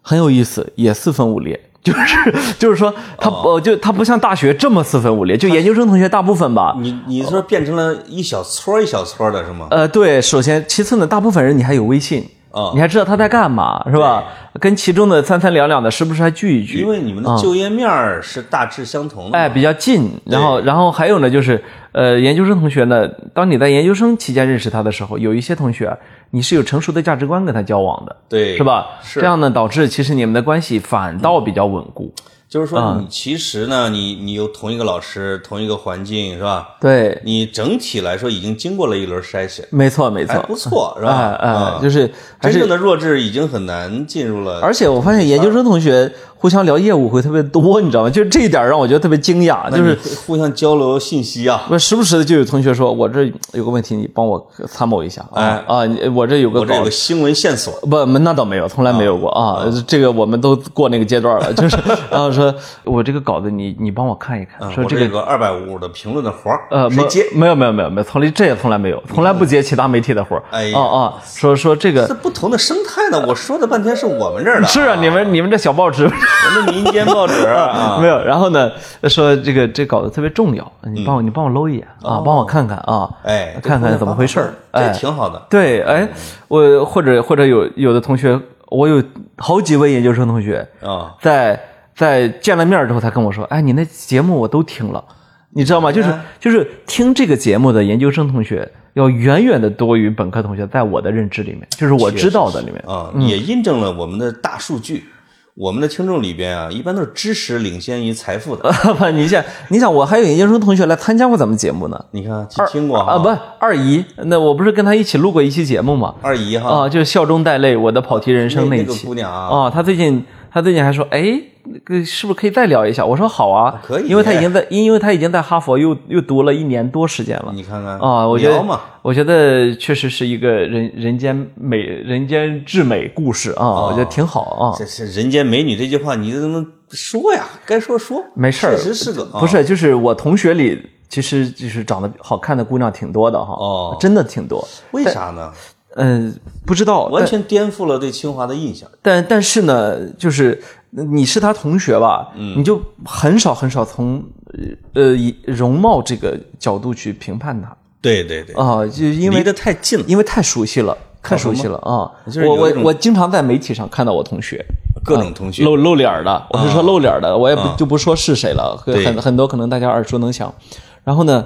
Speaker 1: 很有意思，也四分五裂。 就是就是说，他呃，就他不像大学这么四分五裂，就研究生同学大部分吧，
Speaker 2: 你你说变成了一小撮儿一小撮儿的是吗？
Speaker 1: 呃，对，首先，其次呢，大部分人你还有微信
Speaker 2: 啊
Speaker 1: 你还知道他在干嘛，是吧？跟其中的三三两两的，时不时还聚一聚，
Speaker 2: 因为你们的就业面儿是大致相同的
Speaker 1: 嗯
Speaker 2: 嘛。
Speaker 1: 哎比较近。然后，然后还有呢，就是呃，研究生同学呢，当你在研究生期间认识他的时候，有一些同学你是有成熟的价值观跟他交往的，
Speaker 2: 对，
Speaker 1: 是？吧？
Speaker 2: 是
Speaker 1: 这样呢，导致其实你们的关系反倒比较稳固。
Speaker 2: 嗯就是说，
Speaker 1: 嗯
Speaker 2: 你其实呢，你你有同一个老师，同一个环境，是吧？
Speaker 1: 对，
Speaker 2: 你整体来说已经经过了一轮筛选，
Speaker 1: 没错，没
Speaker 2: 还
Speaker 1: 错，
Speaker 2: 不错，是
Speaker 1: 哎
Speaker 2: 吧？
Speaker 1: 哎，
Speaker 2: 嗯
Speaker 1: 就是还
Speaker 2: 真
Speaker 1: 是
Speaker 2: 正的弱智已经很难进入了。
Speaker 1: 而且我发现研究生同学互相聊业务会特别多，你知道吗？就这一点让我觉得特别惊讶，
Speaker 2: 那
Speaker 1: 就是
Speaker 2: 你会互相交流信息啊。
Speaker 1: 我时不时的就有同学说，我这有个问题，你帮我参谋一下啊
Speaker 2: 哎
Speaker 1: 啊！你我这有个
Speaker 2: 我这有
Speaker 1: 稿
Speaker 2: 个。新闻线索，
Speaker 1: 不，那倒没有，从来没有过啊。这个我们都过那个阶 段了，就是，然后说，我这个稿子你你帮我看一看，
Speaker 2: 嗯
Speaker 1: 说
Speaker 2: 我
Speaker 1: 这
Speaker 2: 这
Speaker 1: 个
Speaker 2: 个二百五的评论的活儿，
Speaker 1: 呃，没
Speaker 2: 谁接？
Speaker 1: 没有没有没有没有，从来这也从来没有，从来不接其他媒体的活儿。
Speaker 2: 哎呀
Speaker 1: 哦哦，说说这
Speaker 2: 这
Speaker 1: 个
Speaker 2: 不同的生态呢，我说的半天是我们这儿的，啊
Speaker 1: 是啊，你们你们这小报纸
Speaker 2: 我们民间 报纸啊
Speaker 1: 没，有，然后呢，说这个这稿子特别重要，你帮我你帮我搂一眼啊，帮我看看啊，
Speaker 2: 嗯哦哎，这
Speaker 1: 看
Speaker 2: 姑娘
Speaker 1: 看怎么回事儿，
Speaker 2: 这
Speaker 1: 哎，
Speaker 2: 挺好的，
Speaker 1: 对，哎，我或者或者有有的同学，我有好几位研究生同学，
Speaker 2: 啊，
Speaker 1: 在在见了面之后，他跟我说，哎，你那节目我都听了，你知道
Speaker 2: 嗯
Speaker 1: 吗？就是就是听这个节目的研究生同学，要远远的多于本科同学，在我的认知里面，就是我知道的里面，
Speaker 2: 啊，也印证了我们的大数据。我们的听众里边啊，一般都是知识领先于财富
Speaker 1: 呃
Speaker 2: 的。
Speaker 1: 你想你想，我还有研究生同学来参加过咱们节目呢，
Speaker 2: 你看，听过
Speaker 1: 啊，
Speaker 2: 哈
Speaker 1: 不，二姨，那我不是跟她一起录过一期节目吗？
Speaker 2: 二姨哈，
Speaker 1: 啊，就是笑中带泪，我的跑题人生
Speaker 2: 那
Speaker 1: 一
Speaker 2: 那个
Speaker 1: 期。
Speaker 2: 姑娘啊，
Speaker 1: 哦，他最近他最近还说，哎，那个是不是可以再聊一下？我说好啊，
Speaker 2: 哦可以
Speaker 1: 因为他已经在，因为他已经在哈佛又又读了一年多时间了。
Speaker 2: 你看看
Speaker 1: 啊、我觉
Speaker 2: 聊
Speaker 1: 得
Speaker 2: 嘛，，
Speaker 1: 我觉得确实是一个人人间美、人间至美故事啊，
Speaker 2: 哦
Speaker 1: 我觉得挺好啊
Speaker 2: 这。是人间美女这句话，你怎么说呀？该说说，
Speaker 1: 没事儿
Speaker 2: 确实是个啊
Speaker 1: 不是，就是我同学里，其实就是长得好看的姑娘挺多的哈，
Speaker 2: 哦
Speaker 1: 真的挺多。
Speaker 2: 为啥呢？
Speaker 1: 嗯、不知道，
Speaker 2: 完
Speaker 1: 但
Speaker 2: 全颠覆了对清华的印象。
Speaker 1: 但但是呢，就是你是他同学吧，
Speaker 2: 嗯
Speaker 1: 你就很少很少从呃以容貌这个角度去评判他
Speaker 2: 对对对，
Speaker 1: 啊、就因
Speaker 2: 离
Speaker 1: 为
Speaker 2: 得太近了。
Speaker 1: 因为太熟悉了，太熟悉了啊！
Speaker 2: 就是
Speaker 1: 我
Speaker 2: 有一
Speaker 1: 我
Speaker 2: 种
Speaker 1: 我经常在媒体上看到我同学
Speaker 2: 各种同学
Speaker 1: 露露脸儿的，我是说露脸儿的，我也不
Speaker 2: 啊
Speaker 1: 就不说是谁了，
Speaker 2: 对
Speaker 1: 很很多可能大家耳熟能详。然后呢，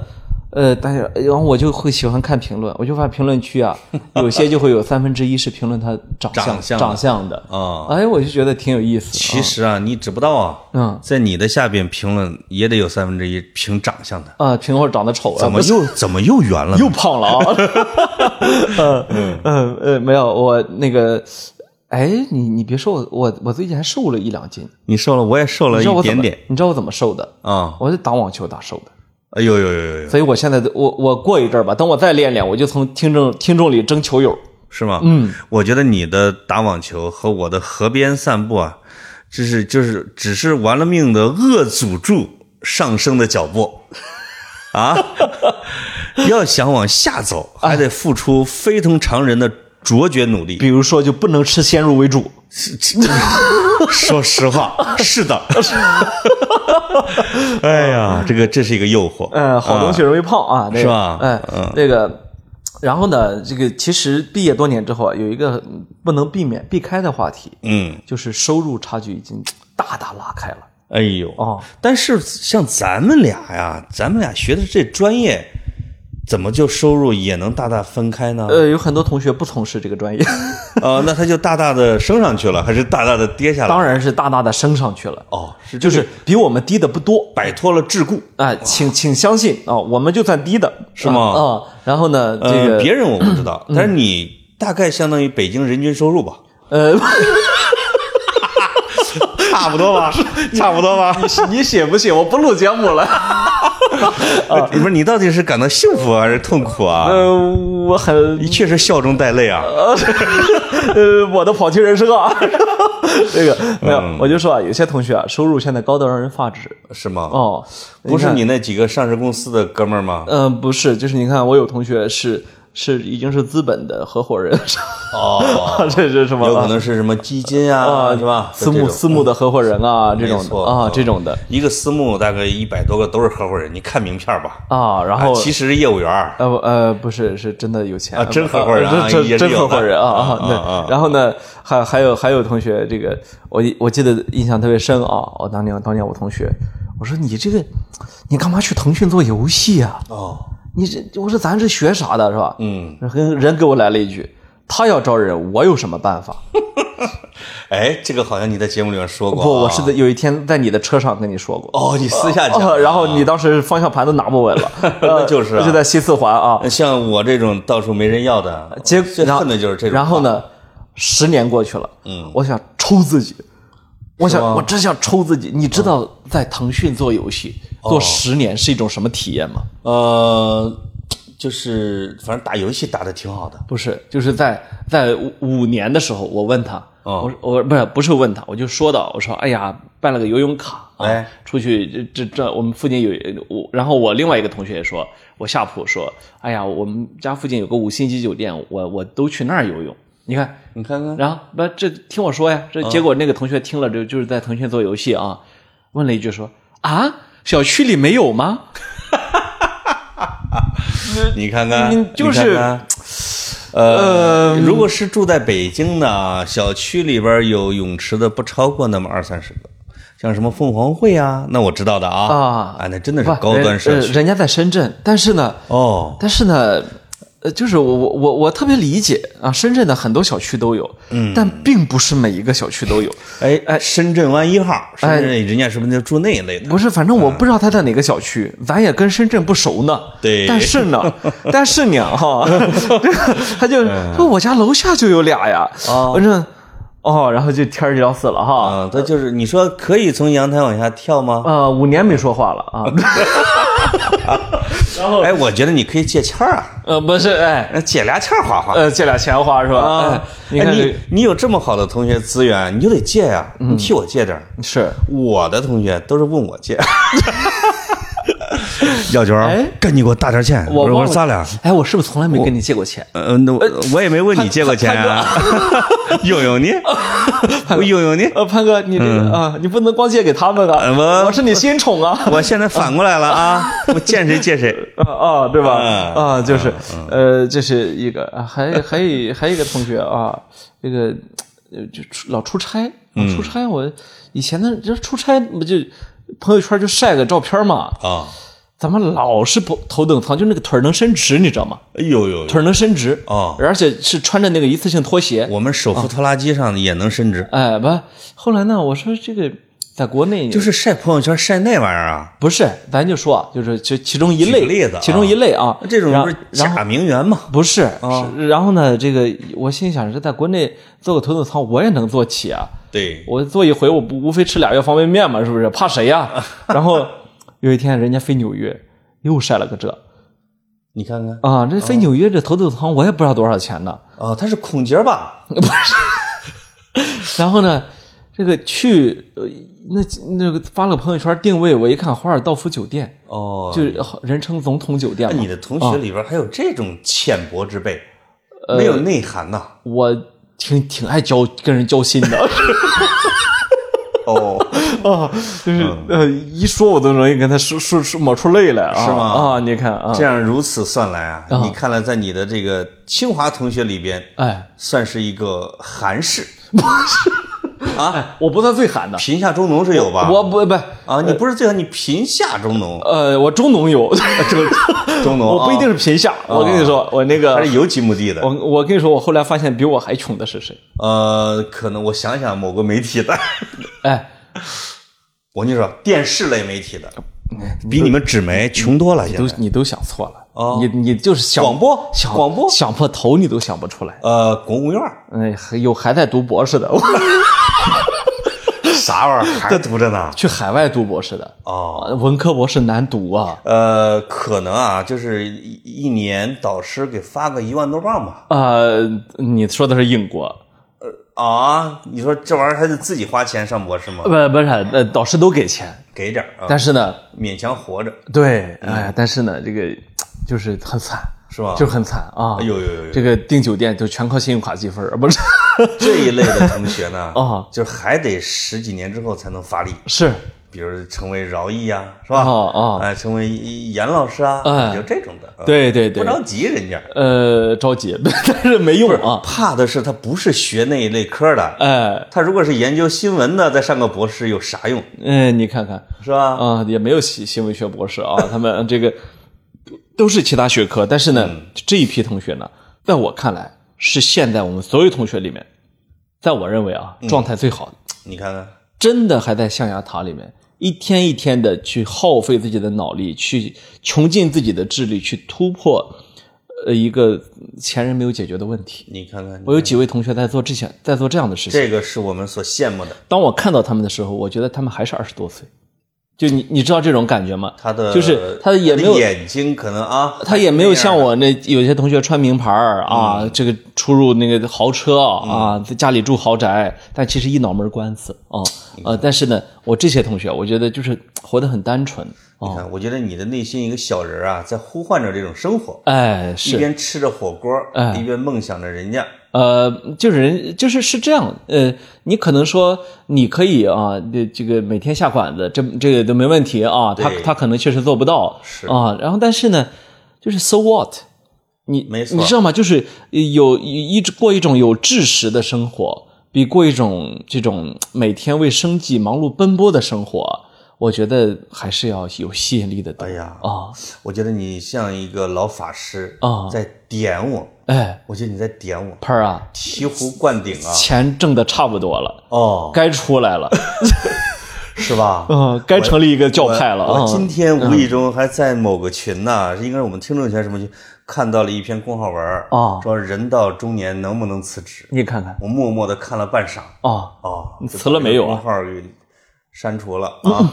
Speaker 1: 呃，大家，然后我就会喜欢看评论，我就发现评论区啊，有些就会有三分之一是评论他长相
Speaker 2: 长相的
Speaker 1: 长相的
Speaker 2: 啊
Speaker 1: 哎，我就觉得挺有意思。
Speaker 2: 其实啊，你知不道啊，
Speaker 1: 嗯
Speaker 2: 在你的下边评论也得有三分之一凭长相的，
Speaker 1: 啊，评论长得丑啊，
Speaker 2: 怎么
Speaker 1: 不是
Speaker 2: 又怎么又圆了呢？
Speaker 1: 又胖了 啊？嗯嗯呃，没有，我那个，哎，你你别说我我我最近还瘦了一两斤，
Speaker 2: 你瘦了，我也瘦
Speaker 1: 你
Speaker 2: 了
Speaker 1: 知道
Speaker 2: 一
Speaker 1: 我怎
Speaker 2: 点
Speaker 1: 么
Speaker 2: 点
Speaker 1: 你知道我怎么瘦的？
Speaker 2: 啊！
Speaker 1: 我是打网球打瘦的。
Speaker 2: 哎呦呦呦呦呦，
Speaker 1: 所以我现在都我我过一阵儿吧，等我再练练，我就从听众听众里争球友。
Speaker 2: 是吗？嗯，我觉得你的打网球和我的河边散步啊，这是就是只是玩了命的扼阻住上升的脚步啊！ 要想往下走，还得付出非同常人的卓绝努力。
Speaker 1: 比如说，就不能吃先入为主，
Speaker 2: 说实话，是的。哎呀，这个这是一个诱惑。
Speaker 1: 呃，好东西容易胖啊，这个
Speaker 2: 是吧嗯
Speaker 1: 哎、这个，然后呢，这个其实毕业多年之后啊，有一个嗯不能避免避开的话题，
Speaker 2: 嗯，
Speaker 1: 就是收入差距已经大大拉开了。
Speaker 2: 哎呦，
Speaker 1: 哦，
Speaker 2: 但是像咱们俩呀，咱们俩学的这专业，怎么就收入也能大大分开呢？
Speaker 1: 呃，有很多同学不从事这个专 业，
Speaker 2: 哦，那他就大大的升上去了，还是大大的跌下来？
Speaker 1: 当然是大大的升上去了，
Speaker 2: 哦，是这
Speaker 1: 就
Speaker 2: 个
Speaker 1: 是比我们低的不多。
Speaker 2: 摆脱了桎梏。
Speaker 1: 哎、请请相信啊、我们就算低的，
Speaker 2: 是吗
Speaker 1: 啊、啊然后呢，这个、嗯
Speaker 2: 呃，别人我不知道，但是你大概相当于北京人均收入吧？
Speaker 1: 呃，
Speaker 2: 差不多吧，差不多 吧。
Speaker 1: 你写不写？我不录节目了。
Speaker 2: 不是呃你到底是感到幸福啊还是痛苦啊？
Speaker 1: 呃，我很
Speaker 2: 你确实笑中带泪啊！
Speaker 1: 呃，我的跑题人生啊，这个没
Speaker 2: 嗯
Speaker 1: 有，我就说啊，有些同学啊，收入现在高到让人发指
Speaker 2: 是吗？，
Speaker 1: 哦。
Speaker 2: 不是
Speaker 1: 看，
Speaker 2: 你那几个上市公司的哥们儿吗？
Speaker 1: 嗯、不是，就是你看，我有同学是是已经是资本的合伙人，
Speaker 2: 哦，
Speaker 1: 这是什么？
Speaker 2: 有可能是什么基金啊，
Speaker 1: 啊，
Speaker 2: 是吧？
Speaker 1: 私募
Speaker 2: 这种
Speaker 1: 私募的合伙人啊，这种
Speaker 2: 没
Speaker 1: 的
Speaker 2: 错
Speaker 1: 啊，
Speaker 2: 嗯
Speaker 1: 这种的
Speaker 2: 一个私募大概一百多个都是合伙人，你看名片吧。
Speaker 1: 啊，然后
Speaker 2: 啊其实是业务员儿
Speaker 1: 呃不呃，不是，是真的有钱
Speaker 2: 啊真合伙人啊
Speaker 1: 呃真
Speaker 2: 也
Speaker 1: 真
Speaker 2: 是
Speaker 1: 真合
Speaker 2: 有的
Speaker 1: 伙人啊啊
Speaker 2: 啊啊啊
Speaker 1: 对。然后呢，还还有还有同学，这个我我记得印象特别深啊，我当年当年我同学，我说你这个你干嘛去腾讯做游戏啊？
Speaker 2: 哦，
Speaker 1: 你这我说咱是学啥的是吧？
Speaker 2: 嗯，
Speaker 1: 人人给我来了一句，他要招人，我有什么办法？
Speaker 2: 哎，这个好像你在节目里面说过啊。
Speaker 1: 不，我是在有一天在你的车上跟你说过。
Speaker 2: 哦，你私下讲
Speaker 1: 哦
Speaker 2: 的，
Speaker 1: 然后你当时方向盘都拿不稳了，
Speaker 2: 那就是啊
Speaker 1: 呃就在西四环啊，
Speaker 2: 像我这种到处没人要的，
Speaker 1: 呃结
Speaker 2: 哦最
Speaker 1: 然后
Speaker 2: 恨的就是这种。
Speaker 1: 然后？呢，十年过去了，嗯，我想抽自己，我想我只想抽自己。你
Speaker 2: 嗯
Speaker 1: 知道在腾讯做游戏
Speaker 2: 哦
Speaker 1: 做十年是一种什么体验吗？
Speaker 2: 呃，就是反正打游戏打的挺好的。
Speaker 1: 不是，就是在在五五年的时候，我问他。
Speaker 2: 哦
Speaker 1: 我我不是不是问他，我就说到我说哎呀，办了个游泳卡，啊
Speaker 2: 哎
Speaker 1: 出去这这这我们附近有我，然后我另外一个同学也说，我下铺说，哎呀，我们家附近有个五星级酒店，我我都去那儿游泳。你看
Speaker 2: 你看看，
Speaker 1: 然后不，这听我说呀，这
Speaker 2: 嗯
Speaker 1: 结果那个同学听了就就是在腾讯做游戏啊，问了一句说啊，小区里没有吗？
Speaker 2: 你看看，
Speaker 1: 你呃嗯就是
Speaker 2: 你看看呃，如果是住在北京呢，小区里边有泳池的不超过那么二三十个，像什么凤凰汇啊，那我知道的啊
Speaker 1: 啊
Speaker 2: 啊，那真的是
Speaker 1: 不
Speaker 2: 高端社
Speaker 1: 人呃
Speaker 2: 区
Speaker 1: 人家在深圳，但是呢，
Speaker 2: 哦。
Speaker 1: 但是呢，呃，就是我我我我特别理解啊，深圳的很多小区都有，嗯，但并不是每一个小区都有，
Speaker 2: 哎哎，深圳湾一号，深
Speaker 1: 哎
Speaker 2: 圳人家是不是就住那一类的？
Speaker 1: 不是，反正我不知道他在哪个小区，咱也跟深圳不熟呢。
Speaker 2: 对
Speaker 1: 但是 呢，但是呢， 哈，这个他就说我家楼下就有俩呀，
Speaker 2: 哦
Speaker 1: 反正哦，然后就天儿就要死了哈，
Speaker 2: 啊，他就是你说可以从阳台往下跳吗？
Speaker 1: 呃，五年没说话了啊，
Speaker 2: 哎，我觉得你可以借签儿啊，
Speaker 1: 呃，不是，哎，
Speaker 2: 哎借俩签儿花花。
Speaker 1: 呃，借俩钱花是吧？哎
Speaker 2: 啊，
Speaker 1: 你
Speaker 2: 哎
Speaker 1: 看
Speaker 2: 你
Speaker 1: 这嗯
Speaker 2: 你有这么好的同学资源，你就得借呀、你替我借点儿。
Speaker 1: 是。
Speaker 2: 我的同学都是问我 借。耀军
Speaker 1: 哎
Speaker 2: 干你给我大点钱！
Speaker 1: 我
Speaker 2: 说
Speaker 1: 忘了
Speaker 2: 说咱俩，
Speaker 1: 哎，我是不是从来没跟你借过钱？
Speaker 2: 呃，那我我也没问你借过钱啊， 用 用你，我用用你，
Speaker 1: 呃，潘哥，你这
Speaker 2: 嗯
Speaker 1: 个啊，你不能光借给他们
Speaker 2: 呃
Speaker 1: 啊，
Speaker 2: 我
Speaker 1: 我是你新宠 啊。
Speaker 2: 我现在反过来了啊， 我见谁借谁。
Speaker 1: 啊啊，对吧？
Speaker 2: 嗯
Speaker 1: 啊，就是，呃，这是一个，啊还还有一还有一个同学啊，这个呃，就出老出差，老
Speaker 2: 嗯
Speaker 1: 出差。我以前呢，就是出差不就朋友圈就晒个照片嘛，
Speaker 2: 啊，
Speaker 1: 咱们老是头头等舱，就那个腿儿能伸直，你知道吗？
Speaker 2: 哎呦呦
Speaker 1: 腿
Speaker 2: 呦，
Speaker 1: 儿能伸直
Speaker 2: 哦
Speaker 1: 而且是穿着那个一次性拖鞋。
Speaker 2: 我们手扶拖拉机上也能伸直，
Speaker 1: 哎，不，后来呢，我说这个在国内
Speaker 2: 就是晒朋友圈晒那玩意儿啊，
Speaker 1: 不是，咱就说啊，就是其其中一类
Speaker 2: 举个例子啊
Speaker 1: 其中一类啊，
Speaker 2: 这种
Speaker 1: 然
Speaker 2: 不是
Speaker 1: 然后
Speaker 2: 假名媛嘛？
Speaker 1: 不是、是然后呢，这个我心想是在国内坐个头等舱我也能坐起啊，
Speaker 2: 对，
Speaker 1: 我坐一回我不无非吃俩月方便面嘛，是不是？怕谁呀、然后有一天人家飞纽约又晒了个这
Speaker 2: 你看看
Speaker 1: 啊，这飞纽约这头等舱我也不知道多少钱呢，
Speaker 2: 啊，她是孔杰吧？
Speaker 1: 然后呢，这个去呃那那个发了朋友圈定位，我一看华尔道夫酒店，
Speaker 2: 哦，
Speaker 1: 就是人称总统酒店
Speaker 2: 那
Speaker 1: 嘛
Speaker 2: 你。的同学里边还有这种浅薄之辈，
Speaker 1: 呃
Speaker 2: 没有内涵呐？
Speaker 1: 我挺挺爱交跟人交心的
Speaker 2: 哦，嗯
Speaker 1: 啊，就是呃，一说我都容易跟他说说说抹出泪来啊，
Speaker 2: 是吗
Speaker 1: 啊，你看啊
Speaker 2: 这，样如此算来啊，你看来在你的这个清华同学里边，
Speaker 1: 哎，
Speaker 2: 算是一个韩式，
Speaker 1: 哎我不算最喊的，
Speaker 2: 贫下中农是有吧？
Speaker 1: 我不不
Speaker 2: 啊，你不是最好，你贫下中农，
Speaker 1: 呃，我啊中农有，
Speaker 2: 中中农，
Speaker 1: 我不一定是贫下，我跟你说，我那
Speaker 2: 啊，
Speaker 1: 个
Speaker 2: 他哦啊是有几亩地的
Speaker 1: 我。我跟你说，我后来发现比我还穷的是谁？
Speaker 2: 呃，可能我想想，某个媒体的，
Speaker 1: 哎，
Speaker 2: 我跟你说，电视类媒体的，比你们纸媒穷多了。现
Speaker 1: 都
Speaker 2: 在，
Speaker 1: 你都想错了，
Speaker 2: 哦
Speaker 1: 你你就是想
Speaker 2: 广播
Speaker 1: 想
Speaker 2: 广播
Speaker 1: 想破头你都想不出来，
Speaker 2: 呃，国务院
Speaker 1: 哎，还有还在读博士的，我
Speaker 2: 啥玩意儿 还读着呢？
Speaker 1: 去海外读博士的，
Speaker 2: 哦，
Speaker 1: 文科博士难读啊
Speaker 2: 呃，可能啊，就是一一年导师给发个一万多磅吧。
Speaker 1: 啊！你说的是英国，
Speaker 2: 啊，你说这玩意儿还得自己花钱上博士吗
Speaker 1: 不？不是，呃，导师都给钱，
Speaker 2: 给点儿啊，
Speaker 1: 但是呢，
Speaker 2: 勉强活着
Speaker 1: 对，哎，但是呢，这个就是很惨，
Speaker 2: 是吧？
Speaker 1: 就是很惨啊！
Speaker 2: 哎呦呦呦呦，
Speaker 1: 这个订酒店就全靠信用卡积分儿，不 是
Speaker 2: 这一类的同学 呢，
Speaker 1: 哦
Speaker 2: 就是还得十几年之后才能发力，
Speaker 1: 是
Speaker 2: 比如成为饶毅啊，是吧？
Speaker 1: 哦哦
Speaker 2: 哎，成为严老师啊，
Speaker 1: 哎
Speaker 2: 就这种的，啊
Speaker 1: 对对对
Speaker 2: 不着急，人家
Speaker 1: 呃着急， 但是没用啊，
Speaker 2: 怕的是他不是学那一类科的，
Speaker 1: 哎
Speaker 2: 他如果是研究新闻的，再上个博士有啥用，
Speaker 1: 嗯，你看看
Speaker 2: 是吧？
Speaker 1: 啊，也没有新新闻学博士啊，他们这个都是其他学科，但是呢，这一批同学呢，在我看来是现在我们所有同学里面，在我认为啊，状态最好的。
Speaker 2: 你看看，
Speaker 1: 真的还在象牙塔里面，一天一天的去耗费自己的脑力，去穷尽自己的智力，去突破呃一个前人没有解决的问题。
Speaker 2: 你看看，
Speaker 1: 我有几位同学在做这些，在做这样的事情。
Speaker 2: 这个是我们所羡慕的，
Speaker 1: 当我看到他们的时候，我觉得他们还是二十多岁。就你，你知道这种感觉吗？
Speaker 2: 他的
Speaker 1: 就是他也没有
Speaker 2: 的眼睛可能啊，
Speaker 1: 他也没有像我那有些同学穿名牌儿啊，这个出入那个豪车啊，在家里住豪宅，但其实一脑门官司啊，呃，但是呢，我这些同学，我觉得就是活得很单纯啊，
Speaker 2: 你看，我觉得你的内心一个小人啊，在呼唤着这种生活，
Speaker 1: 哎，
Speaker 2: 一
Speaker 1: 是，
Speaker 2: 边吃着火锅，
Speaker 1: 哎
Speaker 2: 一边梦想着人家。
Speaker 1: 呃，就是人，就是是这样，呃，你可能说你可以啊，这这个每天下馆子，这这个都没问题啊，他
Speaker 2: 对
Speaker 1: 他可能确实做不到，
Speaker 2: 是
Speaker 1: 啊，然后但是呢，就是 so what。你
Speaker 2: 没错
Speaker 1: 你知道吗？就是有一直过一种有知识的生活，比过一种这种每天为生计忙碌奔波的生活，我觉得还是要有吸引力的多。
Speaker 2: 哎呀，
Speaker 1: 啊，
Speaker 2: 我觉得你像一个老法师
Speaker 1: 啊
Speaker 2: 在点我，
Speaker 1: 哎，
Speaker 2: 我觉得你在点我，
Speaker 1: 盆儿啊，
Speaker 2: 醍醐灌顶 啊！
Speaker 1: 钱挣的差不多了，
Speaker 2: 哦，
Speaker 1: 该出来了。
Speaker 2: 是吧？
Speaker 1: 嗯，该成立一 个教派了
Speaker 2: 我
Speaker 1: 啊！
Speaker 2: 今天无意中还在某个群呐、是应该是我们听众群什么群，看到了一篇公号文
Speaker 1: 哦
Speaker 2: 说人到中年能不能辞职？
Speaker 1: 你看看
Speaker 2: 我默默的看了半晌，
Speaker 1: 啊，
Speaker 2: 哦，
Speaker 1: 你辞了没有啊
Speaker 2: 就把这个公号给删除了 啊，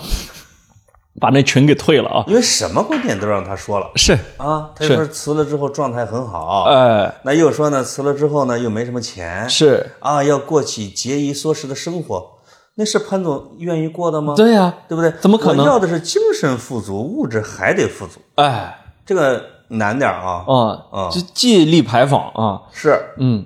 Speaker 1: 把那群给退了啊！
Speaker 2: 因为什么观点都让他说了
Speaker 1: 是，
Speaker 2: 啊。他
Speaker 1: 是
Speaker 2: 又说辞了之后状态很好，
Speaker 1: 哎，
Speaker 2: 那又说呢辞了之后呢又没什么钱，
Speaker 1: 是，
Speaker 2: 啊，要过起节衣缩食的生活，那是潘总愿意过的吗？
Speaker 1: 对呀，
Speaker 2: 对不对？
Speaker 1: 怎么可能
Speaker 2: 我要的是精神富足，物质还得富足，
Speaker 1: 哎，
Speaker 2: 这个难点儿啊。
Speaker 1: 啊
Speaker 2: 啊，
Speaker 1: 这记立牌坊啊，
Speaker 2: 是，
Speaker 1: 嗯，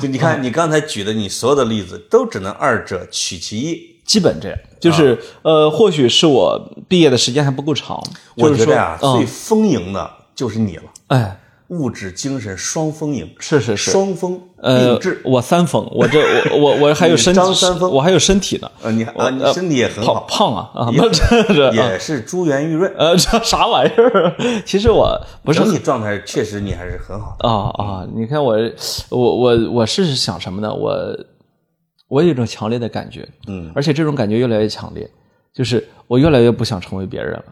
Speaker 2: 就你
Speaker 1: 哦
Speaker 2: 看你刚才举的你所有的例子，都只能二者取其一。
Speaker 1: 基本这样，就是呃，或许是我毕业的时间还不够长，
Speaker 2: 嗯我
Speaker 1: 就是
Speaker 2: 觉
Speaker 1: 说
Speaker 2: 得啊，最
Speaker 1: 嗯
Speaker 2: 丰盈的就是你了。
Speaker 1: 哎，
Speaker 2: 物质、精神双丰盈，
Speaker 1: 是是是
Speaker 2: 双丰
Speaker 1: 呃
Speaker 2: 并治。，
Speaker 1: 我三丰，我这我我我还有身体
Speaker 2: 张三丰
Speaker 1: 我还有身体呢，
Speaker 2: 呃，你啊，你身体也很
Speaker 1: 胖
Speaker 2: 好，
Speaker 1: 胖啊啊，
Speaker 2: 也
Speaker 1: 那 这这啊
Speaker 2: 也是珠圆玉润，
Speaker 1: 呃这啥玩意儿？ 其实我不是
Speaker 2: 整体状态确实你还是很好的。
Speaker 1: 啊
Speaker 2: 嗯
Speaker 1: 啊！你看我，我我我是想什么呢？我我有一种强烈的感觉，
Speaker 2: 嗯，
Speaker 1: 而且这种感觉越来越强烈，就是我越来越不想成为别人了。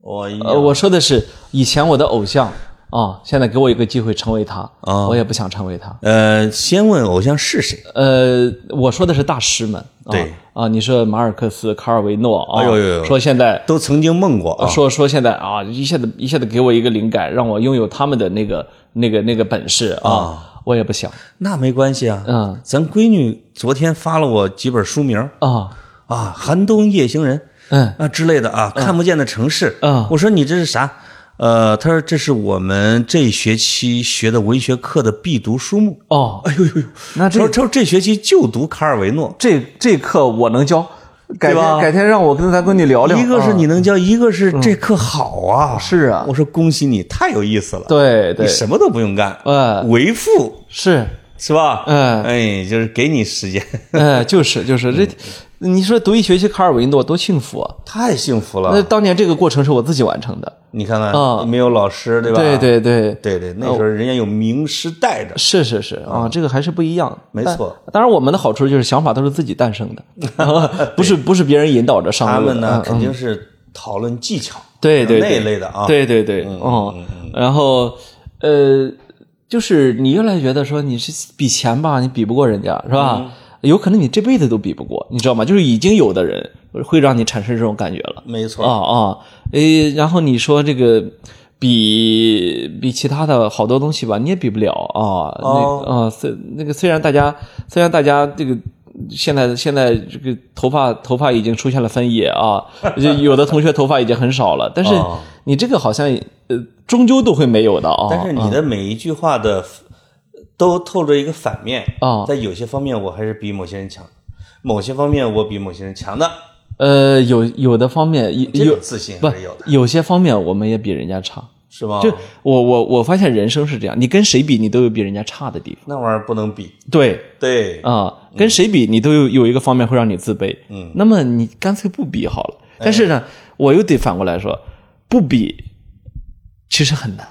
Speaker 2: 我一样
Speaker 1: 呃，我说的是以前我的偶像啊，现在给我一个机会成为他，
Speaker 2: 啊
Speaker 1: 我也不想成为他。
Speaker 2: 呃，先问偶像是谁？
Speaker 1: 呃，我说的是大师们，啊
Speaker 2: 对
Speaker 1: 啊，你说马尔克斯、卡尔维诺啊，
Speaker 2: 哎呦呦呦
Speaker 1: 说现在
Speaker 2: 都曾经梦过啊，
Speaker 1: 说说现在啊，一下子一下子给我一个灵感，让我拥有他们的那个那个那个本事啊，我也不想
Speaker 2: 那没关系啊。
Speaker 1: 嗯，
Speaker 2: 咱闺女昨天发了我几本书名儿
Speaker 1: 啊，
Speaker 2: 啊，《寒冬夜行人》
Speaker 1: 嗯
Speaker 2: 啊之类的啊，看不见的城市
Speaker 1: 嗯
Speaker 2: 我说你这是啥？呃，她说这是我们这学期学的文学课的必读书目。
Speaker 1: 哦，
Speaker 2: 哎呦呦呦！
Speaker 1: 那
Speaker 2: 她
Speaker 1: 这
Speaker 2: 说她说这学期就读卡尔维诺。
Speaker 1: 这这课我能教，改
Speaker 2: 对吧
Speaker 1: 天改天让我跟咱闺女聊聊。
Speaker 2: 一个是
Speaker 1: 啊
Speaker 2: 你能教，一个是这课好啊！
Speaker 1: 是啊
Speaker 2: 我说恭喜你，太有意思了。，
Speaker 1: 对对
Speaker 2: 你什么都不用干，
Speaker 1: 哎
Speaker 2: 为父
Speaker 1: 是，
Speaker 2: 是吧？
Speaker 1: 嗯
Speaker 2: 哎，就是给你时间，
Speaker 1: 哎，就是就是这，你说读一学期卡尔维诺多幸福嗯啊！
Speaker 2: 太幸福了。
Speaker 1: 那当年这个过程是我自己完成的，
Speaker 2: 你看看，
Speaker 1: 啊
Speaker 2: 没有老师，对吧？
Speaker 1: 对对哦对
Speaker 2: 对对，那时候人家有名师带着，
Speaker 1: 是是是啊，这个还是不一样，
Speaker 2: 没
Speaker 1: 但
Speaker 2: 错。
Speaker 1: 当然，我们的好处就是想法都是自己诞生的， 不是不是别人引导着
Speaker 2: 他
Speaker 1: 上路的。
Speaker 2: 们呢
Speaker 1: 嗯
Speaker 2: 肯定是讨论技巧，
Speaker 1: 对对
Speaker 2: 那
Speaker 1: 对
Speaker 2: 一类的啊。，嗯
Speaker 1: 对对对，哦，然后呃，就是你越来越觉得说你是比钱吧，你比不过人家是吧？
Speaker 2: 嗯
Speaker 1: 有可能你这辈子都比不过，你知道吗？就是已经有的人会让你产生这种感觉了。
Speaker 2: 没错。
Speaker 1: 啊啊，诶，然后你说这个比比其他的好多东西吧，你也比不了啊。
Speaker 2: 哦
Speaker 1: 那啊，虽那个虽然大家虽然大家这个。现在现在这个头发头发已经出现了分野 啊，就有的同学头发已经很少了，但是
Speaker 2: 哦
Speaker 1: 你这个好像呃终究都会没有的啊。
Speaker 2: 但是你的每一句话的都透着一个反面
Speaker 1: 啊
Speaker 2: 在有些方面我还是比某些人强，某些方面我比某些人强的，
Speaker 1: 呃有有的方面
Speaker 2: 这
Speaker 1: 有
Speaker 2: 种
Speaker 1: 有
Speaker 2: 自信
Speaker 1: 不
Speaker 2: 还是有的，哦
Speaker 1: 有些方面我们也比人家差，
Speaker 2: 是吧？
Speaker 1: 就我我我发现人生是这样，你跟谁比你都有比人家差的地方。
Speaker 2: 那玩意儿不能比，
Speaker 1: 对，
Speaker 2: 对，
Speaker 1: 啊，跟谁比你都有有一个方面会让你自卑，
Speaker 2: 嗯，
Speaker 1: 那么你干脆不比好了。但是呢，我又得反过来说，不比其实很难，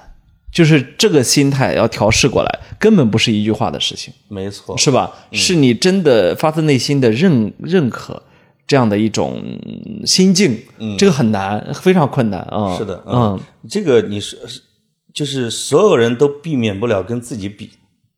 Speaker 1: 就是这个心态要调试过来，根本不是一句话的事情，
Speaker 2: 没错，
Speaker 1: 是吧？
Speaker 2: 嗯
Speaker 1: 是你真的发自内心的认认可这样的一种心境，嗯，这个很难，非常困难啊。
Speaker 2: 是的，
Speaker 1: 嗯，，
Speaker 2: 这个你是就是所有人都避免不了跟自己比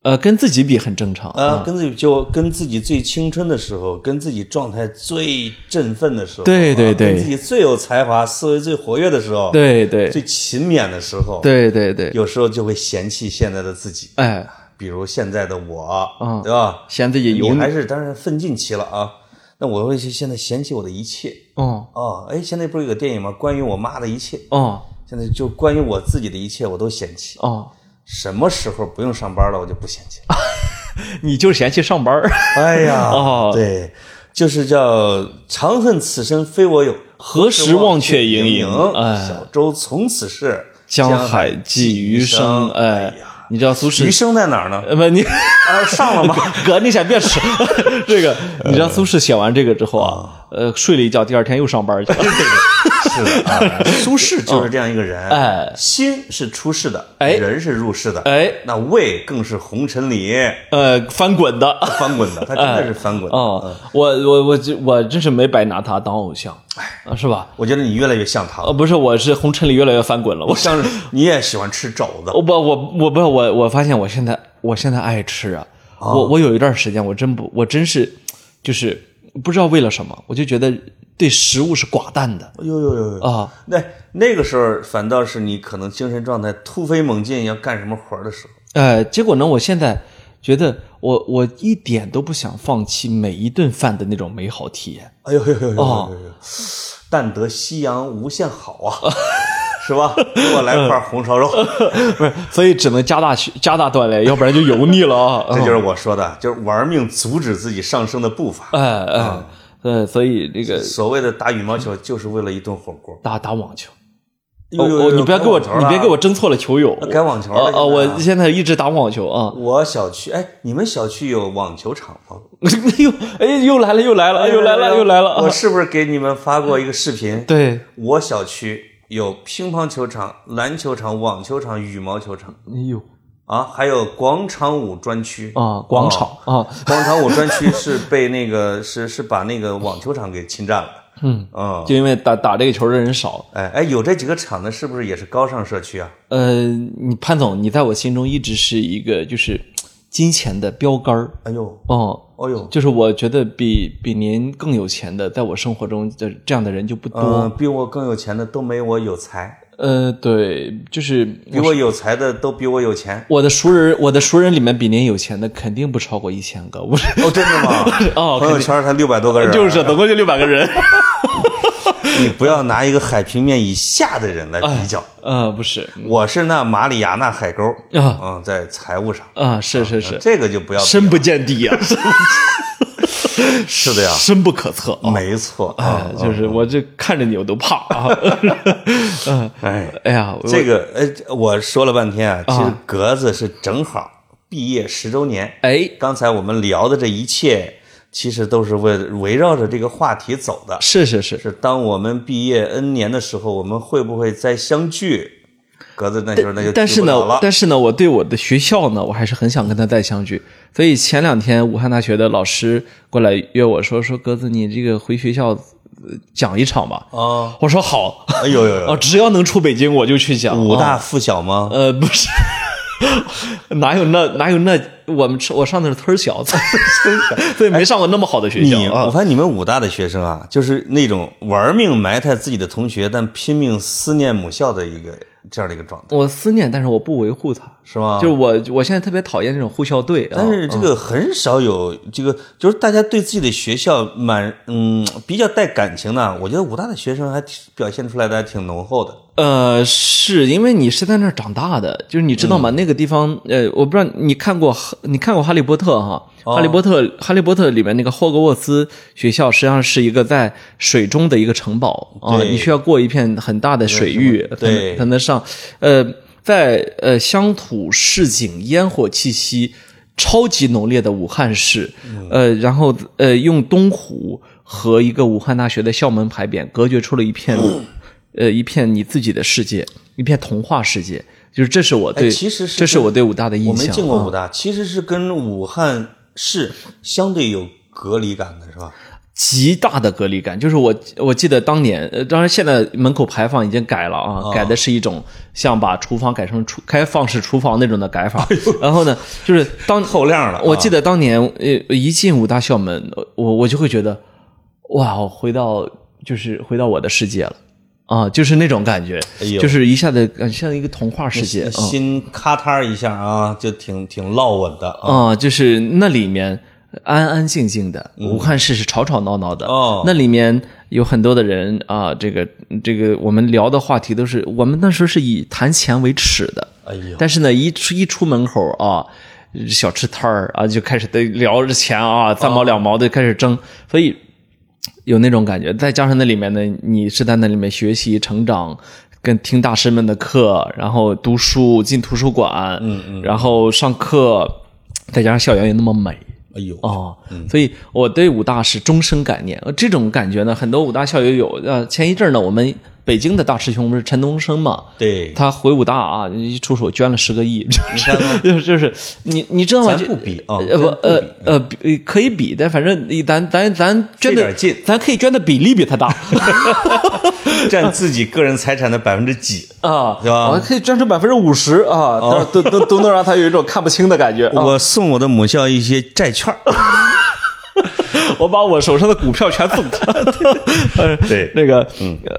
Speaker 1: 呃，跟自己比很正常，
Speaker 2: 啊，跟自己就跟自己最青春的时候，跟自己状态最振奋的时候，
Speaker 1: 对
Speaker 2: 啊
Speaker 1: 对对
Speaker 2: 跟自己最有才华、思维最活跃的时候，，
Speaker 1: 对对
Speaker 2: 最勤勉的时候，，
Speaker 1: 对对对，
Speaker 2: 哦有时候就会嫌弃现在的自己，
Speaker 1: 哎，
Speaker 2: 比如现在的我，
Speaker 1: 嗯
Speaker 2: 对吧？
Speaker 1: 嫌自己
Speaker 2: 你
Speaker 1: 油腻
Speaker 2: 还，是当然奋进期了啊，那我会去现在嫌弃我的一切
Speaker 1: 哦
Speaker 2: 啊，哎，现在不是有个电影吗？关于我妈的一切，
Speaker 1: 哦
Speaker 2: 现在就关于我自己的一切我都嫌弃。
Speaker 1: 哦。
Speaker 2: 什么时候不用上班了，我就不嫌弃了。
Speaker 1: 你就嫌弃上班儿，
Speaker 2: 哎呀，
Speaker 1: 哦
Speaker 2: 对，就是叫长恨此身非我有，
Speaker 1: 何时忘却营
Speaker 2: 营
Speaker 1: 营？哎，
Speaker 2: 小舟从此逝，
Speaker 1: 江海
Speaker 2: 海
Speaker 1: 寄余生
Speaker 2: 生。。
Speaker 1: 哎
Speaker 2: 呀，，
Speaker 1: 你知道苏
Speaker 2: 余
Speaker 1: 轼？
Speaker 2: 生在哪 儿呢？
Speaker 1: 呃，不，你
Speaker 2: 啊，上 了吗？
Speaker 1: 哥，你先别 吃这个。你知道苏轼写完这个之后啊，呃，睡了一觉，第二天又上班去了。
Speaker 2: 是的啊，苏轼就是这样一个 人。
Speaker 1: 哎
Speaker 2: 心是出世的，
Speaker 1: 哎
Speaker 2: 人是入世的，
Speaker 1: 哎，
Speaker 2: 那胃更是红尘里
Speaker 1: 呃，翻滚的。
Speaker 2: 翻滚的，他真的是翻滚的。
Speaker 1: 哦，我我我这我真是没白拿他当偶像，啊是吧？
Speaker 2: 我觉得你越来越像他
Speaker 1: 呃，
Speaker 2: 了，
Speaker 1: 不是，我是红尘里越来越翻滚了。我
Speaker 2: 像是你也喜欢吃肘子
Speaker 1: 我哦不，我我不，我我发现我现在我现在爱吃啊，
Speaker 2: 哦
Speaker 1: 我我有一段时间我真不，我真是就是不知道为了什么，我就觉得对食物是寡淡的
Speaker 2: 哎呦呦呦呦！
Speaker 1: 啊。
Speaker 2: 那那个时候反倒是你可能精神状态突飞猛进，要干什么活儿的时候。
Speaker 1: 呃，结果呢，我现在觉得我我一点都不想放弃每一顿饭的那种美好体验。
Speaker 2: 哎呦呦呦呦呦
Speaker 1: 哦
Speaker 2: 呦呦！但得夕阳无限好啊， 是吧？给我来
Speaker 1: 嗯
Speaker 2: 块红烧肉，
Speaker 1: 不是，所以只能加大学加大锻炼，要不然就油腻了啊。
Speaker 2: 这就是我说的，就是玩命阻止自己上升的步伐。
Speaker 1: 哎哎，
Speaker 2: 啊
Speaker 1: 对，所以这个
Speaker 2: 所谓的打羽毛球，就是为了一顿火锅。
Speaker 1: 打打网球，哦
Speaker 2: 呦呦
Speaker 1: 哦，
Speaker 2: 呦
Speaker 1: 你不要
Speaker 2: 该
Speaker 1: 给我，
Speaker 2: 网球了
Speaker 1: 你
Speaker 2: 啊
Speaker 1: 别给我争错了球友。
Speaker 2: 该网球了
Speaker 1: 啊啊！
Speaker 2: 现在
Speaker 1: 我现在一直打网球啊。
Speaker 2: 我小区哎，你们小区有网球场吗？哎
Speaker 1: 哎呦，哎， 又来了，又来哎了，又来了，又来了。
Speaker 2: 我
Speaker 1: 啊
Speaker 2: 是不是给你们发过一个视频？
Speaker 1: 对，
Speaker 2: 我小区有乒乓球场、篮球场、网球场、羽毛球场
Speaker 1: 哎呦
Speaker 2: 啊，还有广场舞专区。哦
Speaker 1: 啊，广场啊，
Speaker 2: 广场舞专区是被那个 是是把那个网球场给侵占了。嗯嗯，
Speaker 1: 就因为打打这个球的人少。
Speaker 2: 哎哎，有这几个场的，是不是也是高尚社区啊？
Speaker 1: 呃，你潘总，你在我心中一直是一个就是金钱的标杆儿
Speaker 2: 哎呦，
Speaker 1: 哦。
Speaker 2: 哎呦，
Speaker 1: 就是我觉得比比您更有钱的，在我生活中的这样的人就不多。
Speaker 2: 嗯、比我更有钱的都没我有才，
Speaker 1: 呃，对，就是
Speaker 2: 比我有才的都比我 有钱。
Speaker 1: 我的熟人，我的熟人里面比您有钱的肯定不超过一千个，我是？
Speaker 2: 哦，真的吗
Speaker 1: 哦
Speaker 2: 朋友圈才六百多个人，啊
Speaker 1: 就是总共就六百个人。
Speaker 2: 你不要拿一个海平面以下的人来比较。
Speaker 1: 呃，不是
Speaker 2: 我是那马里亚纳海沟，
Speaker 1: 啊
Speaker 2: 嗯，在财务上，
Speaker 1: 啊，是是是，
Speaker 2: 这个就不要比了
Speaker 1: 深不见底啊，
Speaker 2: 是的呀，
Speaker 1: 深不可测啊。
Speaker 2: 没错啊
Speaker 1: 哎，，就是我这看着你我都怕啊。 嗯，
Speaker 2: 哎，
Speaker 1: 哎呀，我
Speaker 2: 这个呃，我说了半天啊，其实格子是正好毕业十周年，
Speaker 1: 哎，
Speaker 2: 刚才我们聊的这一切，其实都是为围绕着这个话题走的。
Speaker 1: 是是是，
Speaker 2: 是当我们毕业 N 年的时候，我们会不会再相聚？格子那时候那就
Speaker 1: 但是
Speaker 2: 聚不了
Speaker 1: 呢
Speaker 2: 了，
Speaker 1: 但是呢，我对我的学校呢，我还是很想跟他再相聚。所以前两天武汉大学的老师过来约我说说鸽子，你这个回学校呃讲一场吧。
Speaker 2: 啊，
Speaker 1: 我说好，
Speaker 2: 哎呦呦
Speaker 1: 啊，
Speaker 2: 呦，
Speaker 1: 只要能出北京我就去讲。
Speaker 2: 武
Speaker 1: 啊
Speaker 2: 大附小吗？
Speaker 1: 呃不是， 哪有那哪有那我们我上的是村儿小，对，没上过那么好的学校
Speaker 2: 哎你我
Speaker 1: 啊。
Speaker 2: 发现你们武大的学生啊，就是那种玩命埋汰自己的同学，但拼命思念母校的一个这样的一个状态，
Speaker 1: 我思念，但是我不维护它。
Speaker 2: 是吗？
Speaker 1: 就是我，我现在特别讨厌这种护校队啊。
Speaker 2: 啊但是这个很少有这个，就是大家对自己的学校蛮嗯比较带感情的。啊我觉得武大的学生还挺表现出来的还挺浓厚的。
Speaker 1: 呃，是因为你是在那儿长大的，就是你知道
Speaker 2: 嗯
Speaker 1: 吗？那个地方，呃，我不知道你看过哈，你看过《哈利波特》哈，
Speaker 2: 哦
Speaker 1: 哈利波特》《哈利波特》里面那个霍格沃茨学校实际上是一个在水中的一个城堡啊、
Speaker 2: 对
Speaker 1: 你需要过一片很大的水域
Speaker 2: 是吧
Speaker 1: 才能
Speaker 2: 对
Speaker 1: 才能上。呃，在呃乡土市井烟火气息超级浓烈的武汉市，呃，然后呃用东湖和一个武汉大学的校门牌匾隔绝出了一片。呃一片你自己的世界，一片童话世界。就是这是我对，
Speaker 2: 哎其实是
Speaker 1: 这是我对武大的印
Speaker 2: 我
Speaker 1: 象。啊
Speaker 2: 没进过武大，其实是跟武汉市相对有隔离感的，是吧？
Speaker 1: 极大的隔离感，就是我我记得当年，呃，当然现在门口牌坊已经改了啊，改的是一种像把厨房改成厨开放式厨房那种的改法。
Speaker 2: 哎
Speaker 1: 然后呢，就是当
Speaker 2: 透亮了啊
Speaker 1: 我记得当年，呃，一进武大校门，我我就会觉得，哇，我回到就是回到我的世界了啊，就是那种感觉，
Speaker 2: 哎呦
Speaker 1: 就是一下子感觉像一个童话世界。嗯
Speaker 2: 心咔嗒一下啊，就挺挺落稳的啊。
Speaker 1: 啊、就是那里面安安静静的，武汉市是吵吵闹闹的。
Speaker 2: 哦
Speaker 1: 那里面有很多的人啊，这个这个我们聊的话题都是我们那时候是以谈钱为耻的，
Speaker 2: 哎呦，
Speaker 1: 但是呢，一出一出门口啊。小吃摊儿啊，就开始得聊着钱啊，三毛两毛的开始争，所以有那种感觉。再加上那里面呢，你是在那里面学习成长，跟听大师们的课，然后读书，进图书馆，嗯嗯，然后上课，再加上校园也那么美。
Speaker 2: 哎呦，
Speaker 1: 哦，所以我对武大是终生感念。呃，这种感觉呢，很多武大校友有。呃，前一阵儿呢，我们北京的大师兄不是陈东升嘛，
Speaker 2: 对，
Speaker 1: 他回武大啊，一出手捐了十个亿， 就是就是就是你你知道吗？
Speaker 2: 咱
Speaker 1: 就
Speaker 2: 不比啊
Speaker 1: 呃不
Speaker 2: 咱
Speaker 1: 呃呃比呃可以比，但反正你咱咱咱捐
Speaker 2: 费
Speaker 1: 的
Speaker 2: 点劲
Speaker 1: 咱可以捐的比例比 他大
Speaker 2: 占自己个人财产的百分之几。
Speaker 1: 啊，
Speaker 2: 是吧
Speaker 1: 我可以捐出百分之五十啊，都都都都能让他有一种看不清的感觉。啊
Speaker 2: 我送我的母校一些债券儿，
Speaker 1: 哦我把我手上的股票全送他。呃
Speaker 2: 对
Speaker 1: 那个，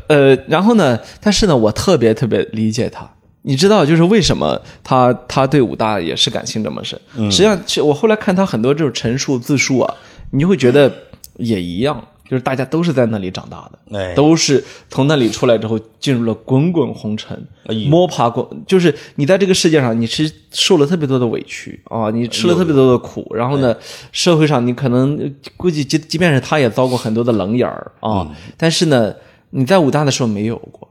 Speaker 1: 呃，然后呢，但是呢，我特别特别理解他。你知道，就是为什么他他对武大也是感情这么深？实际上，其实我后来看他很多这种陈述自述啊，你就会觉得也一样，就是大家都是在那里长大的，
Speaker 2: 哎
Speaker 1: 都是从那里出来之后进入了滚滚红尘，
Speaker 2: 哎
Speaker 1: 摸爬滚，就是你在这个世界上，你是受了特别多的委屈
Speaker 2: 哎
Speaker 1: 啊，你吃了特别多的苦，然后呢，社会上你可能呃估计即即
Speaker 2: 嗯
Speaker 1: 便是他也遭过很多的冷眼儿啊，但是呢，你在武大的时候没有过。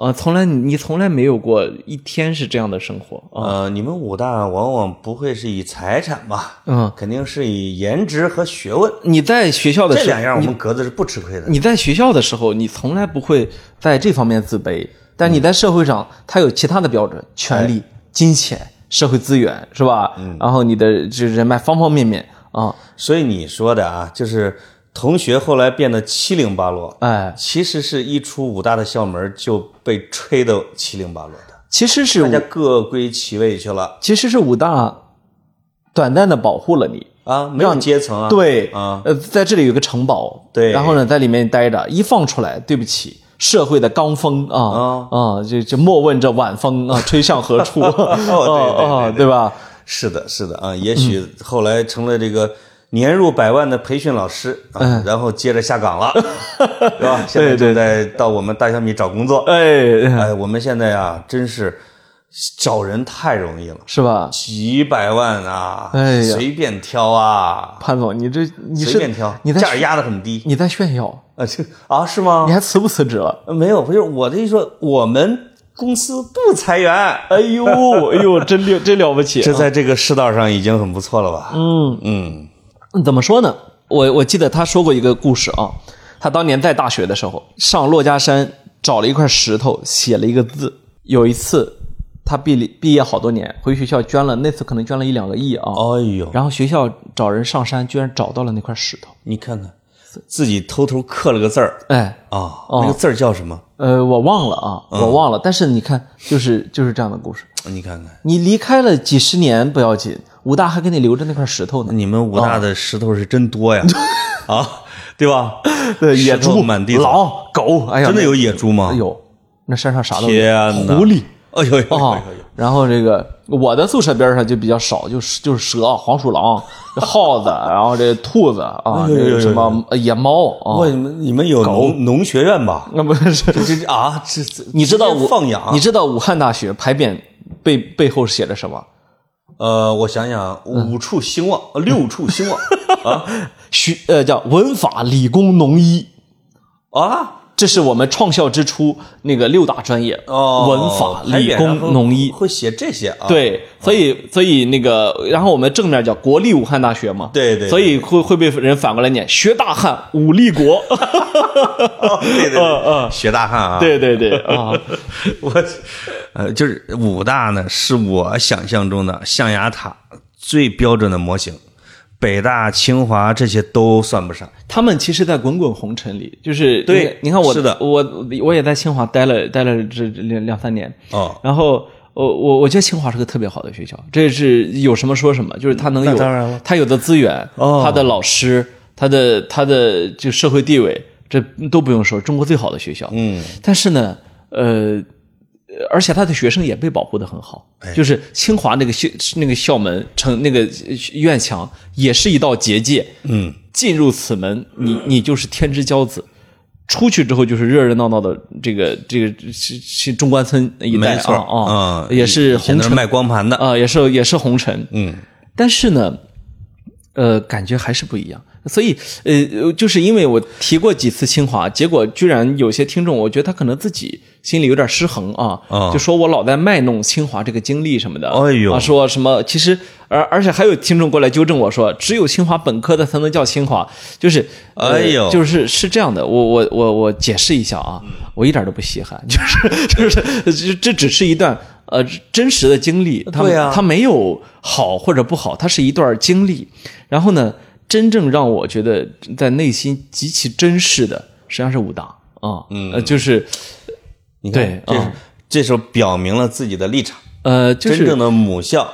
Speaker 1: 啊，从来你从来没有过一天是这样的生活啊，
Speaker 2: 呃，你们武大往往不会是以财产吧？
Speaker 1: 嗯，
Speaker 2: 肯定是以颜值和学问
Speaker 1: 你在学校的
Speaker 2: 这
Speaker 1: 时
Speaker 2: 两
Speaker 1: 候，
Speaker 2: 样，我们格子是不吃亏的。
Speaker 1: 你在学校的时候，你从来不会在这方面自卑，但你在社会上，它有其他的标准，权
Speaker 2: 哎
Speaker 1: 利、金钱、社会资源，是吧？
Speaker 2: 嗯
Speaker 1: 然后你的这人脉方方面面啊，
Speaker 2: 所以你说的啊，就是同学后来变得七零八落，
Speaker 1: 哎，
Speaker 2: 其实是一出武大的校门就被吹得七零八落的，
Speaker 1: 其实是
Speaker 2: 大家各归其位去了
Speaker 1: 其实是武大短暂的保护了你。
Speaker 2: 啊，没有阶层啊，
Speaker 1: 对
Speaker 2: 啊，
Speaker 1: 呃，在这里有个城堡，
Speaker 2: 对
Speaker 1: 然后呢，在里面待着，一放出来，对不起，社会的罡风啊啊，就就莫问这晚风啊吹向何 处啊
Speaker 2: 哦对对对
Speaker 1: 啊，对吧？
Speaker 2: 是的，是的啊，也
Speaker 1: 嗯
Speaker 2: 许后来成了这个年入百万的培训老师
Speaker 1: 嗯
Speaker 2: 啊，然后接着下岗 了，是吧？现在正在到我们大小米找工作，
Speaker 1: 哎，
Speaker 2: 哎，我们现在啊，真是找人太容易了，
Speaker 1: 是吧？
Speaker 2: 几百万啊，
Speaker 1: 哎呀
Speaker 2: 随便挑啊，
Speaker 1: 潘总，你这你
Speaker 2: 随
Speaker 1: 是
Speaker 2: 便挑，
Speaker 1: 你
Speaker 2: 价儿
Speaker 1: 在
Speaker 2: 压得很低
Speaker 1: 你在炫耀，
Speaker 2: 啊，这啊是吗呃
Speaker 1: 你？还辞不辞职了？
Speaker 2: 没有，不是我的意思说，我们公司不裁 员，
Speaker 1: 哎呦哎呦，真了真了不起！
Speaker 2: 这在这个世道上已经很不错了吧？嗯嗯。
Speaker 1: 嗯怎么说呢？我我记得他说过一个故事啊，他当年在大学的时候上珞珈山找了一块石头，写了一个字。有一次，他毕业毕业好多年，回学校捐了，那次可能捐了一两个亿啊。
Speaker 2: 哎呦，
Speaker 1: 然后学校找人上山，居然找到了那块石头。
Speaker 2: 你看看，自己偷偷刻了个字儿
Speaker 1: 哎，
Speaker 2: 啊，那个字儿叫什么？
Speaker 1: 呃，我忘了啊，
Speaker 2: 嗯
Speaker 1: 我忘了。但是你看，就是就是这样的故事。
Speaker 2: 你看看，
Speaker 1: 你离开了几十年不要紧，武大还给你留着那块石头呢。
Speaker 2: 你们武大的石头是真 多呀，啊，对吧？
Speaker 1: 对，野
Speaker 2: 石头
Speaker 1: 猪、
Speaker 2: 满地走
Speaker 1: 狼、狗，哎呀，
Speaker 2: 真的有
Speaker 1: 那
Speaker 2: 野猪吗？
Speaker 1: 有，那山上啥都有。
Speaker 2: 天哪！
Speaker 1: 狐狸，
Speaker 2: 哎呦呦呦
Speaker 1: 啊
Speaker 2: 呦呦！，
Speaker 1: 然后这个我的宿舍边上就比较少，就是就是蛇、黄鼠狼、 耗子，然后这兔子啊，
Speaker 2: 哎呦
Speaker 1: 这
Speaker 2: 呦呦
Speaker 1: 个什么呃野猫啊，
Speaker 2: 哇，你们你们有农农学院吧？
Speaker 1: 那不 是
Speaker 2: 这这啊，这这
Speaker 1: 你知道
Speaker 2: 直接
Speaker 1: 武
Speaker 2: 放养？
Speaker 1: 你知道武汉大学牌匾背背后写着什么？
Speaker 2: 呃，我想想，
Speaker 1: 嗯
Speaker 2: 五处兴旺，呃六处 兴旺啊
Speaker 1: 学呃叫文法理工农医，
Speaker 2: 啊！
Speaker 1: 这是我们创校之初那个六大专业，
Speaker 2: 哦，
Speaker 1: 文法
Speaker 2: 还
Speaker 1: 理
Speaker 2: 远然后
Speaker 1: 工农医。
Speaker 2: 会写这些啊？，
Speaker 1: 对，所以所以那个，然后我们正面叫国立武汉大学嘛，
Speaker 2: 对对对
Speaker 1: 所以会会被人反过来念学大汉武立 国，
Speaker 2: 对对对，学大汉 啊，
Speaker 1: 呃对对对啊，
Speaker 2: 我，呃，就是武大呢，是我想象中的象牙塔最标准的模型，北大、清华这些都算不上。
Speaker 1: 他们其实，在滚滚红尘里，就是
Speaker 2: 对
Speaker 1: 你你看我
Speaker 2: 是的
Speaker 1: 我我也在清华待了待了这这两两三年，
Speaker 2: 哦，
Speaker 1: 然后我我我觉得清华是个特别好的学校，这是有什么说什么，就是他能有
Speaker 2: 那当然了
Speaker 1: 他有的资源，
Speaker 2: 哦
Speaker 1: 他的老师，他的他的就社会地位，这都不用说，中国最好的学校，
Speaker 2: 嗯，
Speaker 1: 但是呢，呃，而且他的学生也被保护的很好，
Speaker 2: 哎
Speaker 1: 就是清华那个校那个校门城那个院墙也是一道结界，
Speaker 2: 嗯，
Speaker 1: 进入此门，你你就是天之骄子。出去之后就是热热闹闹的这个这个是是中关村一带
Speaker 2: 没错
Speaker 1: 啊啊，
Speaker 2: 嗯
Speaker 1: 也是
Speaker 2: 以前
Speaker 1: 红
Speaker 2: 都是
Speaker 1: 尘
Speaker 2: 卖光盘的。
Speaker 1: 啊，也是也是红尘，
Speaker 2: 嗯，
Speaker 1: 但是呢，呃，感觉还是不一样。所以，呃，就是因为我提过几次清华，结果居然有些听众，我觉得他可能自己心里有点失衡啊，
Speaker 2: 啊
Speaker 1: 就说我老在卖弄清华这个经历什么的，
Speaker 2: 哎呦
Speaker 1: 啊，说什么其实，而而且还有听众过来纠正我说，只有清华本科的才能叫清华，就是，呃
Speaker 2: 哎呦
Speaker 1: 就是是这样的，我我我我解释一下啊，我一点都不稀罕， 就是就是这这只是一段呃真实的经历，他们
Speaker 2: 对啊
Speaker 1: 他没有好或者不好，它是一段经历。然后呢，真正让我觉得在内心极其珍视的，实际上是武大啊，嗯，呃就是
Speaker 2: 你看，
Speaker 1: 对
Speaker 2: 这是、
Speaker 1: 嗯
Speaker 2: 这时候表明了自己的立场，
Speaker 1: 呃就
Speaker 2: 真
Speaker 1: 是
Speaker 2: 正的母校。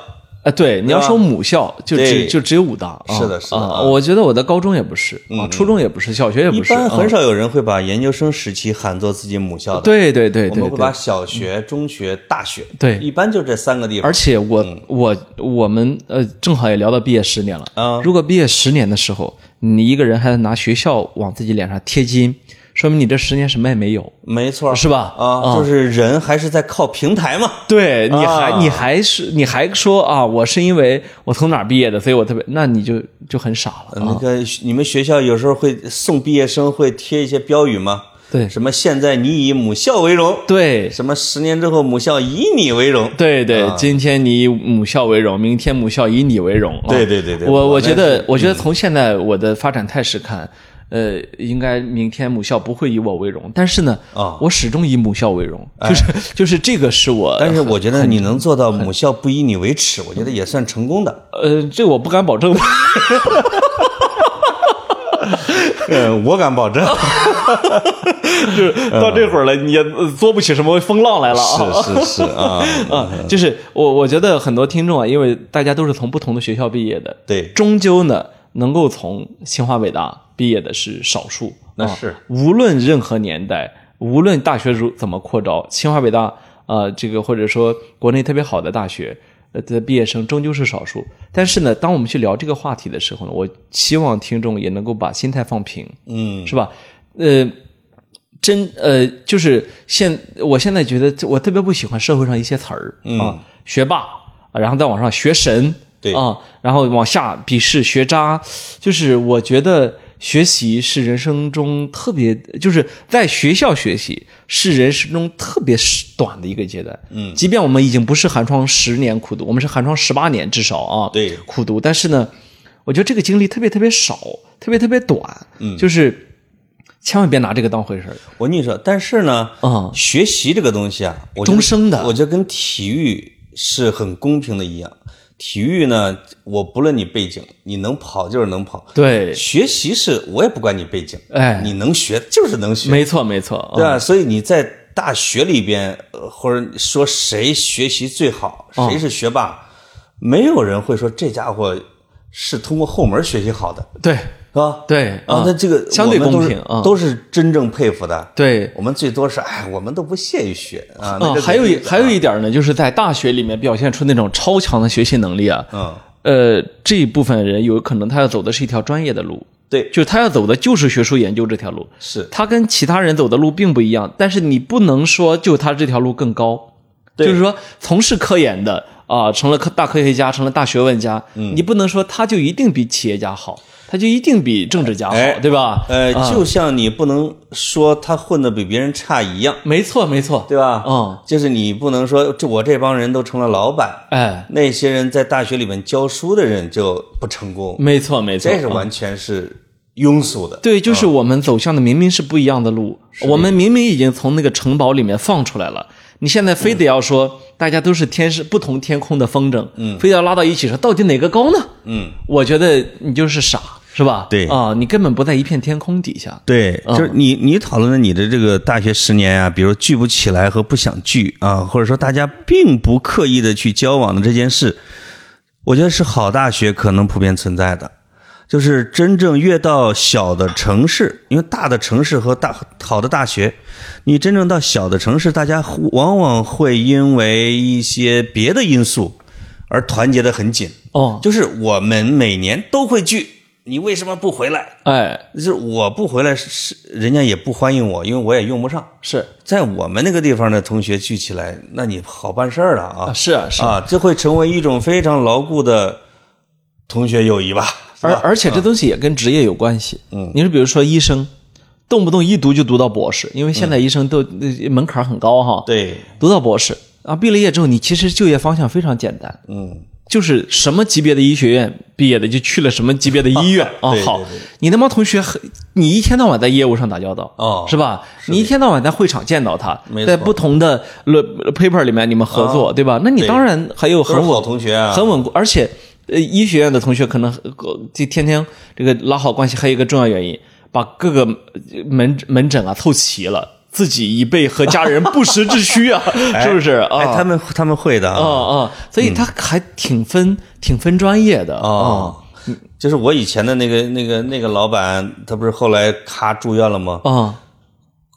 Speaker 1: 呃，对，你要
Speaker 2: 吧
Speaker 1: 说母校，就
Speaker 2: 对
Speaker 1: 只就只有武大，啊
Speaker 2: 是的是的
Speaker 1: 啊
Speaker 2: 啊
Speaker 1: 我觉得我的高中也不是啊，初中也不是，小学也
Speaker 2: 一
Speaker 1: 不是，
Speaker 2: 般
Speaker 1: 啊
Speaker 2: 很少有人会把研究生时期喊作自己母校的。，
Speaker 1: 对对对
Speaker 2: 我
Speaker 1: 对
Speaker 2: 们
Speaker 1: 对
Speaker 2: 会
Speaker 1: 嗯
Speaker 2: 把。小学、中学、大学，
Speaker 1: 对嗯
Speaker 2: 一般就这三个地方。
Speaker 1: 而且我、我我们呃，正好也聊到毕业十年了。
Speaker 2: 啊
Speaker 1: 如果毕业十年的时候，你一个人还拿学校往自己脸上贴金，说明你这十年什么也没有，
Speaker 2: 没错，
Speaker 1: 是吧
Speaker 2: 啊，
Speaker 1: 啊
Speaker 2: 就是人还是在靠平台 嘛。
Speaker 1: 对，你还、
Speaker 2: 啊
Speaker 1: 你还是你还说啊，我是因为我从哪儿毕业的，所以我特别，那你就
Speaker 2: 呃啊
Speaker 1: 就很傻了。啊
Speaker 2: 那个你们学校有时候会送毕业生会贴一些标语吗？
Speaker 1: 对
Speaker 2: 什么现在你以母校为荣，
Speaker 1: 对
Speaker 2: 什么十年之后母校以你为荣，
Speaker 1: 对
Speaker 2: 啊
Speaker 1: 对，今天你以母校为荣，明天母校以你为荣。啊
Speaker 2: 对对对对
Speaker 1: 我
Speaker 2: 我
Speaker 1: 我
Speaker 2: 那
Speaker 1: 觉
Speaker 2: 是嗯
Speaker 1: 得，我觉得从现在我的发展态势看，呃，应该明天母校不会以我为荣，但是呢，
Speaker 2: 啊哎
Speaker 1: 我始终以母校为荣，就是就是这个是我，
Speaker 2: 但是我觉得你能做到母校不以你为耻，我觉得也算成功的。
Speaker 1: 呃，这个我不敢保证。
Speaker 2: 嗯，我敢 保证，
Speaker 1: 就是到这会儿了，你也呃做不起什么风浪来了啊。
Speaker 2: 嗯是是是啊，
Speaker 1: 啊，就是我我觉得很多听众啊，因为大家都是从不同的学校毕业的，
Speaker 2: 对
Speaker 1: 终究呢能够从清华北大毕业的是少数，
Speaker 2: 那
Speaker 1: 啊
Speaker 2: 是
Speaker 1: 无论任何年代，无论大学如怎么扩招，清华北大呃这个或者说国内特别好的大学。呃的毕业生终究是少数，但是呢，当我们去聊这个话题的时候呢，我希望听众也能够把心态放平，
Speaker 2: 嗯，
Speaker 1: 是吧？呃，真呃，就是现我现在觉得这我特别不喜欢社会上一些词儿、啊，学霸，啊然后再往上学神，
Speaker 2: 嗯对
Speaker 1: 啊，然后往下鄙视学渣，就是我觉得学习是人生中特别，就是在学校学习是人生中特别短的一个阶段，嗯，即便我们已经不是寒窗十年苦读，我们是寒窗十八年至少啊，
Speaker 2: 对
Speaker 1: 苦读，但是呢，我觉得这个经历特别特别少，特别特别短，嗯，就是千万别拿这个当回事儿，
Speaker 2: 我跟你说，但是呢，
Speaker 1: 嗯
Speaker 2: 学习这个东西啊，我觉得
Speaker 1: 终生的
Speaker 2: 我觉得跟体育是很公平的一样。体育呢，我不论你背景，你能跑就是能跑。
Speaker 1: 对，
Speaker 2: 学习是我也不管你背景，
Speaker 1: 哎
Speaker 2: 你能学就是能学，
Speaker 1: 没错没错，啊
Speaker 2: 对吧？所以你在大学里边，呃或者说谁学习最好，
Speaker 1: 嗯
Speaker 2: 谁是学霸，没有人会说这家伙是通过后门学习好的，
Speaker 1: 对
Speaker 2: 是吧？
Speaker 1: 对嗯
Speaker 2: 啊，那这个
Speaker 1: 相对
Speaker 2: 我们都
Speaker 1: 公
Speaker 2: 是
Speaker 1: 平啊，
Speaker 2: 都是真正佩服的。
Speaker 1: 对。
Speaker 2: 我们最多是哎，我们都不屑于学啊。那
Speaker 1: 啊、
Speaker 2: 这
Speaker 1: 还有一
Speaker 2: 肯定
Speaker 1: 还有一点呢，就是在大学里面表现出那种超强的学习能力啊，
Speaker 2: 嗯，
Speaker 1: 呃，这一部分人有可能他要走的是一条专业的路，
Speaker 2: 对，
Speaker 1: 就是他要走的就是学术研究这条路，
Speaker 2: 是
Speaker 1: 他跟其他人走的路并不一样，但是你不能说就他这条路更高，就是说从事科研的啊、成了科大科学家，成了大学问家，
Speaker 2: 嗯
Speaker 1: 你不能说他就一定比企业家好，他就一定比政治家好，
Speaker 2: 哎
Speaker 1: 对吧？
Speaker 2: 呃，就像你不能说他混的比别人差一样，
Speaker 1: 没错，没错，
Speaker 2: 对吧？
Speaker 1: 嗯，
Speaker 2: 就是你不能说这我这帮人都成了老板，
Speaker 1: 哎，
Speaker 2: 那些人在大学里面教书的人就不成功，
Speaker 1: 没错，没错，
Speaker 2: 这是完全是庸俗的。
Speaker 1: 对，就是我们走向的明明啊是不一样的路，我们明明已经从那个城堡里面放出来了，你现在非得要说大家都是天是不同天空的风筝，嗯，非得要拉到一起说到底哪个高呢？嗯，我觉得你就是傻，是吧？
Speaker 2: 对
Speaker 1: 啊，你根本不在一片天空底下。
Speaker 2: 对，就是你你讨论的你的这个大学十年啊，比如聚不起来和不想聚啊，或者说大家并不刻意的去交往的这件事，我觉得是好大学可能普遍存在的。就是真正越到小的城市，因为大的城市和大好的大学，你真正到小的城市，大家互往往会因为一些别的因素而团结的很紧。
Speaker 1: 哦，
Speaker 2: 就是我们每年都会聚，你为什么不回来？
Speaker 1: 哎，
Speaker 2: 就是我不回来是人家也不欢迎我，因为我也用不上。
Speaker 1: 是
Speaker 2: 在我们那个地方的同学聚起来，那你好办事儿了啊
Speaker 1: 啊，是啊，是啊。
Speaker 2: 啊，这会成为一种非常牢固的同学友谊吧？是
Speaker 1: 而
Speaker 2: 吧？
Speaker 1: 而且这东西也跟职业有关系。啊嗯，你是比如说医生，动不动一读就读到博士，因为现在医生都、呃门槛很高哈。，
Speaker 2: 对，
Speaker 1: 读到博士啊，毕了业之后，你其实就业方向非常简单。
Speaker 2: 嗯，
Speaker 1: 就是什么级别的医学院毕业的，就去了什么级别的医院啊
Speaker 2: 对。对
Speaker 1: 好
Speaker 2: 对，
Speaker 1: 你那帮同学很，你一天到晚在业务上打交道，
Speaker 2: 哦
Speaker 1: 是吧？你一天到晚在会场见到他
Speaker 2: 没，错
Speaker 1: 在
Speaker 2: 啊
Speaker 1: 不同的论 paper 里面你们合作，对吧？那你
Speaker 2: 对
Speaker 1: 当然还有很
Speaker 2: 都是好
Speaker 1: 稳
Speaker 2: 同学啊
Speaker 1: 很稳固，而且呃，医学院的同学可能呃就天天这个拉好关系，还有一个重要原因，把各个呃门门诊啊凑齐了。自己以备和家人不时之需啊，是不是啊？
Speaker 2: 哎，他们他们会的啊。
Speaker 1: 哦哦，所以他还挺分、挺分专业的
Speaker 2: 哦，就是我以前的那个那个那个老板，他不是后来咔住院了吗？
Speaker 1: 哦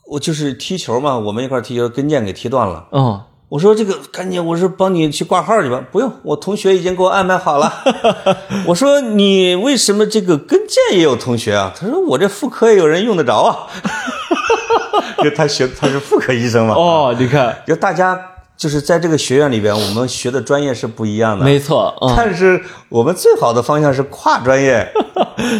Speaker 2: 我就是踢球嘛，我们一块儿踢球，跟腱给踢断了。
Speaker 1: 哦
Speaker 2: 我说这个赶紧，我说帮你去挂号去吧，不用，我同学已经给我安排 好了。我说你为什么这个跟腱也有同学啊？他说我这妇科也有人用得着啊， 因为他学他是妇科医生嘛。，
Speaker 1: 哦，你看，
Speaker 2: 就大家就是在这个学院里边，我们学的专业是不一样的，
Speaker 1: 没错，嗯，
Speaker 2: 但是我们最好的方向是跨专业，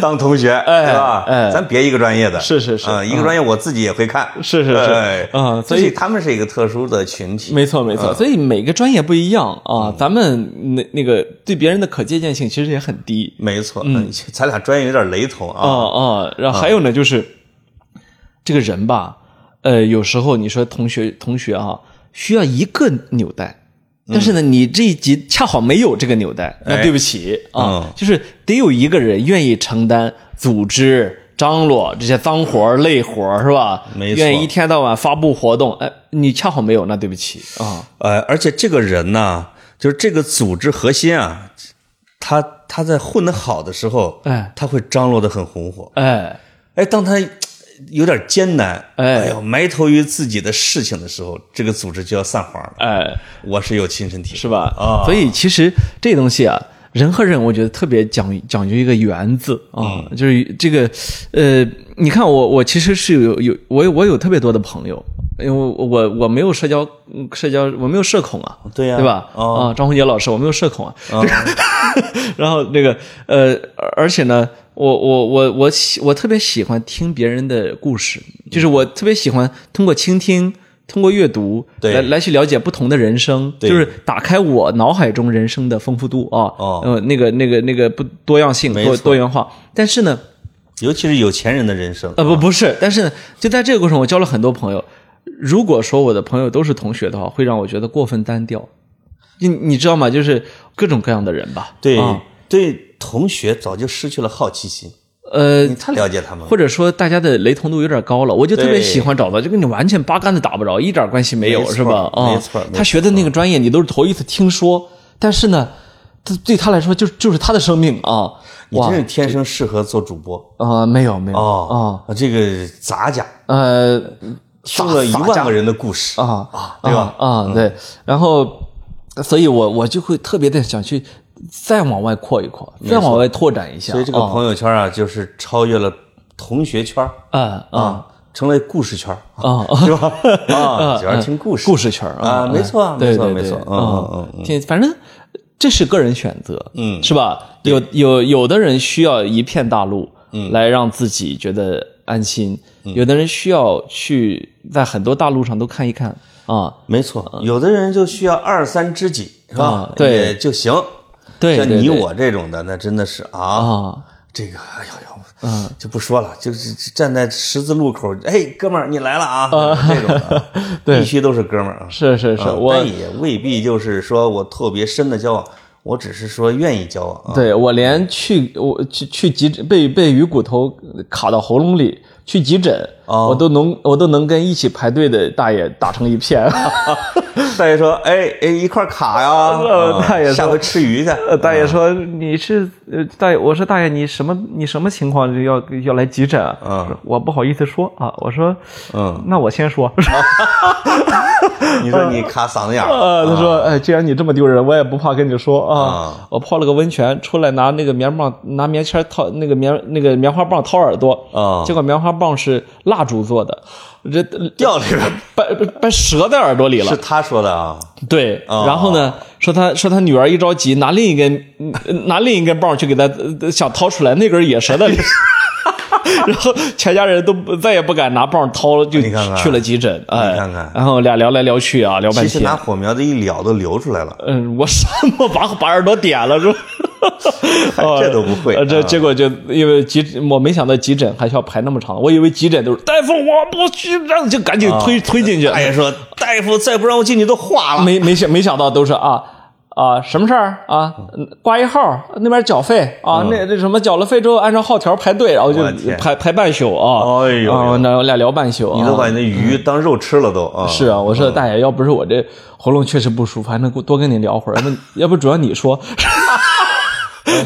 Speaker 2: 当同学，对吧？
Speaker 1: 哎
Speaker 2: 咱别一个专业的，
Speaker 1: 是是是嗯
Speaker 2: 啊，一个专业我自己也会看，
Speaker 1: 是是是
Speaker 2: 哎
Speaker 1: 啊所以
Speaker 2: 他们是一个特殊的群体，
Speaker 1: 没错，没错。所以每个专业不一样啊，咱们那那个对别人的可借鉴性其实也很低。
Speaker 2: 没错，嗯， 咱俩专业有点雷同
Speaker 1: 啊
Speaker 2: 啊，
Speaker 1: 啊，然后还有呢，就是这个人吧，呃，有时候你说同学同学啊，需要一个纽带，但是呢，你这一集恰好没有这个纽带，那
Speaker 2: 哎
Speaker 1: 对不起啊
Speaker 2: 嗯，
Speaker 1: 就是得有一个人愿意承担组织。张罗这些脏活儿累活儿是吧？
Speaker 2: 没错
Speaker 1: 愿意一天到晚发布活动，哎，你恰好没有，那对不起啊。
Speaker 2: 呃，而且这个人呢，就是这个组织核心啊，他他在混得好的时候，
Speaker 1: 哎
Speaker 2: 他会张罗得很红火，
Speaker 1: 哎，
Speaker 2: 哎，当他嘖有点艰难，
Speaker 1: 哎
Speaker 2: 呦，埋头于自己的事情的时候，这个组织就要散伙了，
Speaker 1: 哎，
Speaker 2: 我是有亲身体会，
Speaker 1: 是吧？
Speaker 2: 啊
Speaker 1: 所以其实这东西啊，人和人，我觉得特别讲讲究一个缘字
Speaker 2: 嗯
Speaker 1: 啊，就是这个，呃，你看我我其实是有有我有我有特别多的朋友，因为我我我没有社交嗯社交，我没有社恐啊，
Speaker 2: 对呀
Speaker 1: 对吧？
Speaker 2: 哦嗯
Speaker 1: 啊，张宏杰老师，我没有社恐啊， 然后那个呃，而且呢，我我我我喜我特别喜欢听别人的故事，就是我特别喜欢通过倾听。通过阅读
Speaker 2: 对
Speaker 1: 来来去了解不同的人生，
Speaker 2: 对
Speaker 1: 就是打开我脑海中人生的丰富度啊，
Speaker 2: 哦
Speaker 1: 呃，那个那个那个不多样性
Speaker 2: 没
Speaker 1: 多
Speaker 2: 错
Speaker 1: 多元化。但是呢，
Speaker 2: 尤其是有钱人的人生，啊
Speaker 1: 呃，不不是，但是呢，就在这个过程中，我交了很多朋友。如果说我的朋友都是同学的话，会让我觉得过分单调。你你知道吗？就是各种各样的人吧。
Speaker 2: 对、
Speaker 1: 啊
Speaker 2: 对，同学早就失去了好奇心，
Speaker 1: 呃，
Speaker 2: 你太了解他们了
Speaker 1: 或。者说大家的雷同度有点高了，我就特别
Speaker 2: 对
Speaker 1: 喜欢找到就跟你完全八竿子打不着，一点关系没有，
Speaker 2: 没错
Speaker 1: 是吧？啊、
Speaker 2: 没错没错
Speaker 1: 他学的那个专业你都是头一次听说，但是呢，他对他来说就就是他的生命啊，
Speaker 2: 你
Speaker 1: 哇
Speaker 2: 真是天生适合做主播
Speaker 1: 啊、没有没有啊、
Speaker 2: 哦啊！这个杂家
Speaker 1: 呃，
Speaker 2: 听了一万个人的故事，
Speaker 1: 啊
Speaker 2: 啊对吧
Speaker 1: 啊啊对，然后，所以我我就会特别的想去再往外扩一扩，再往外拓展一下，
Speaker 2: 所以这个朋友圈啊，就是超越了同学圈儿
Speaker 1: 啊啊
Speaker 2: 啊，成了故事圈儿
Speaker 1: 啊啊
Speaker 2: 是吧？啊，主要是听故事，
Speaker 1: 呃故事圈儿嗯
Speaker 2: 啊，没错啊，没
Speaker 1: 对
Speaker 2: 错，
Speaker 1: 对
Speaker 2: 没
Speaker 1: 对
Speaker 2: 错，，嗯嗯
Speaker 1: 嗯嗯，挺反正这是个人选择，
Speaker 2: 嗯
Speaker 1: 是吧？有有有的人需要一片大陆，嗯，来让自己觉得安心，
Speaker 2: 嗯
Speaker 1: 有的人需要去在很多大陆上都看一看啊，
Speaker 2: 没错。有的人就需要二三知己，是吧
Speaker 1: 啊？对
Speaker 2: 也就行。
Speaker 1: 对
Speaker 2: 像
Speaker 1: 对
Speaker 2: 你
Speaker 1: 对
Speaker 2: 我这种的，那真的是啊，
Speaker 1: 啊，
Speaker 2: 这个哎呦呦，嗯，就不说了，就是站在十字路口，哎，哥们儿，你来了啊，这种 的，必须都是哥们儿啊。
Speaker 1: 是是是，
Speaker 2: 啊
Speaker 1: 我
Speaker 2: 但也未必就是说我特别深的交往，我只是说愿意交往啊。
Speaker 1: 对我连去我去去急诊被被鱼骨头卡到喉咙里去急诊，
Speaker 2: 哦
Speaker 1: 我都能我都能跟一起排队的大爷打成一片。
Speaker 2: 大爷说：“哎哎，一块儿卡呀！”
Speaker 1: 呃
Speaker 2: 啊
Speaker 1: 大爷说
Speaker 2: 下回吃鱼去。
Speaker 1: 呃，大爷说你是呃，大爷，我说大爷，你什么你什么情况要要来急诊啊？
Speaker 2: 嗯
Speaker 1: 我不好意思说啊，我说，
Speaker 2: 嗯，
Speaker 1: 那我先 说。
Speaker 2: 你说你卡嗓子眼儿 了，
Speaker 1: 呃，他说，哎，既然你这么丢人，我也不怕跟你说啊。
Speaker 2: 啊
Speaker 1: 我泡了个温泉，出来拿那个棉棒，拿棉签掏那个棉那个棉花棒掏耳朵
Speaker 2: 啊
Speaker 1: 结果棉花棒是蜡烛做的，这呃
Speaker 2: 掉里边儿
Speaker 1: 掰掰折在耳朵里了
Speaker 2: 是。他说的啊。
Speaker 1: 对，
Speaker 2: 哦
Speaker 1: 然后呢，说他说他女儿一着急，拿另一根嗯 拿另一根棒去给他呃想掏出来，那根也折在里。 然后全家人都不再也不敢拿棒掏了，就
Speaker 2: 你看看
Speaker 1: 去了急诊。哎，
Speaker 2: 你看看
Speaker 1: 然后俩聊来聊去啊，聊半
Speaker 2: 其实
Speaker 1: 天
Speaker 2: 拿。火苗子一燎都流出来了，
Speaker 1: 嗯，我什么把把耳朵点了 是吧？
Speaker 2: 还哎这都不会
Speaker 1: 呃这
Speaker 2: 啊
Speaker 1: 结果就因为急，我没想到急诊还需要排那么长，我以为急诊都是大夫我不去，让就赶
Speaker 2: 啊
Speaker 1: 紧推推进去。
Speaker 2: 大爷说：“大夫，再不让我进去都化了。
Speaker 1: 没没想没想到都是啊啊什么事儿啊？嗯挂一号那边缴费啊，那那什么缴了费之后按照号条排队，然后就
Speaker 2: 嗯我天
Speaker 1: 排排半宿啊。
Speaker 2: 哎呦
Speaker 1: 啊那我俩聊半宿啊。”
Speaker 2: 你都把你那鱼当肉吃了都啊！
Speaker 1: 是啊，我说大爷，要不是我这喉咙确实不舒服，还能多跟你聊会儿。那要不主要你说，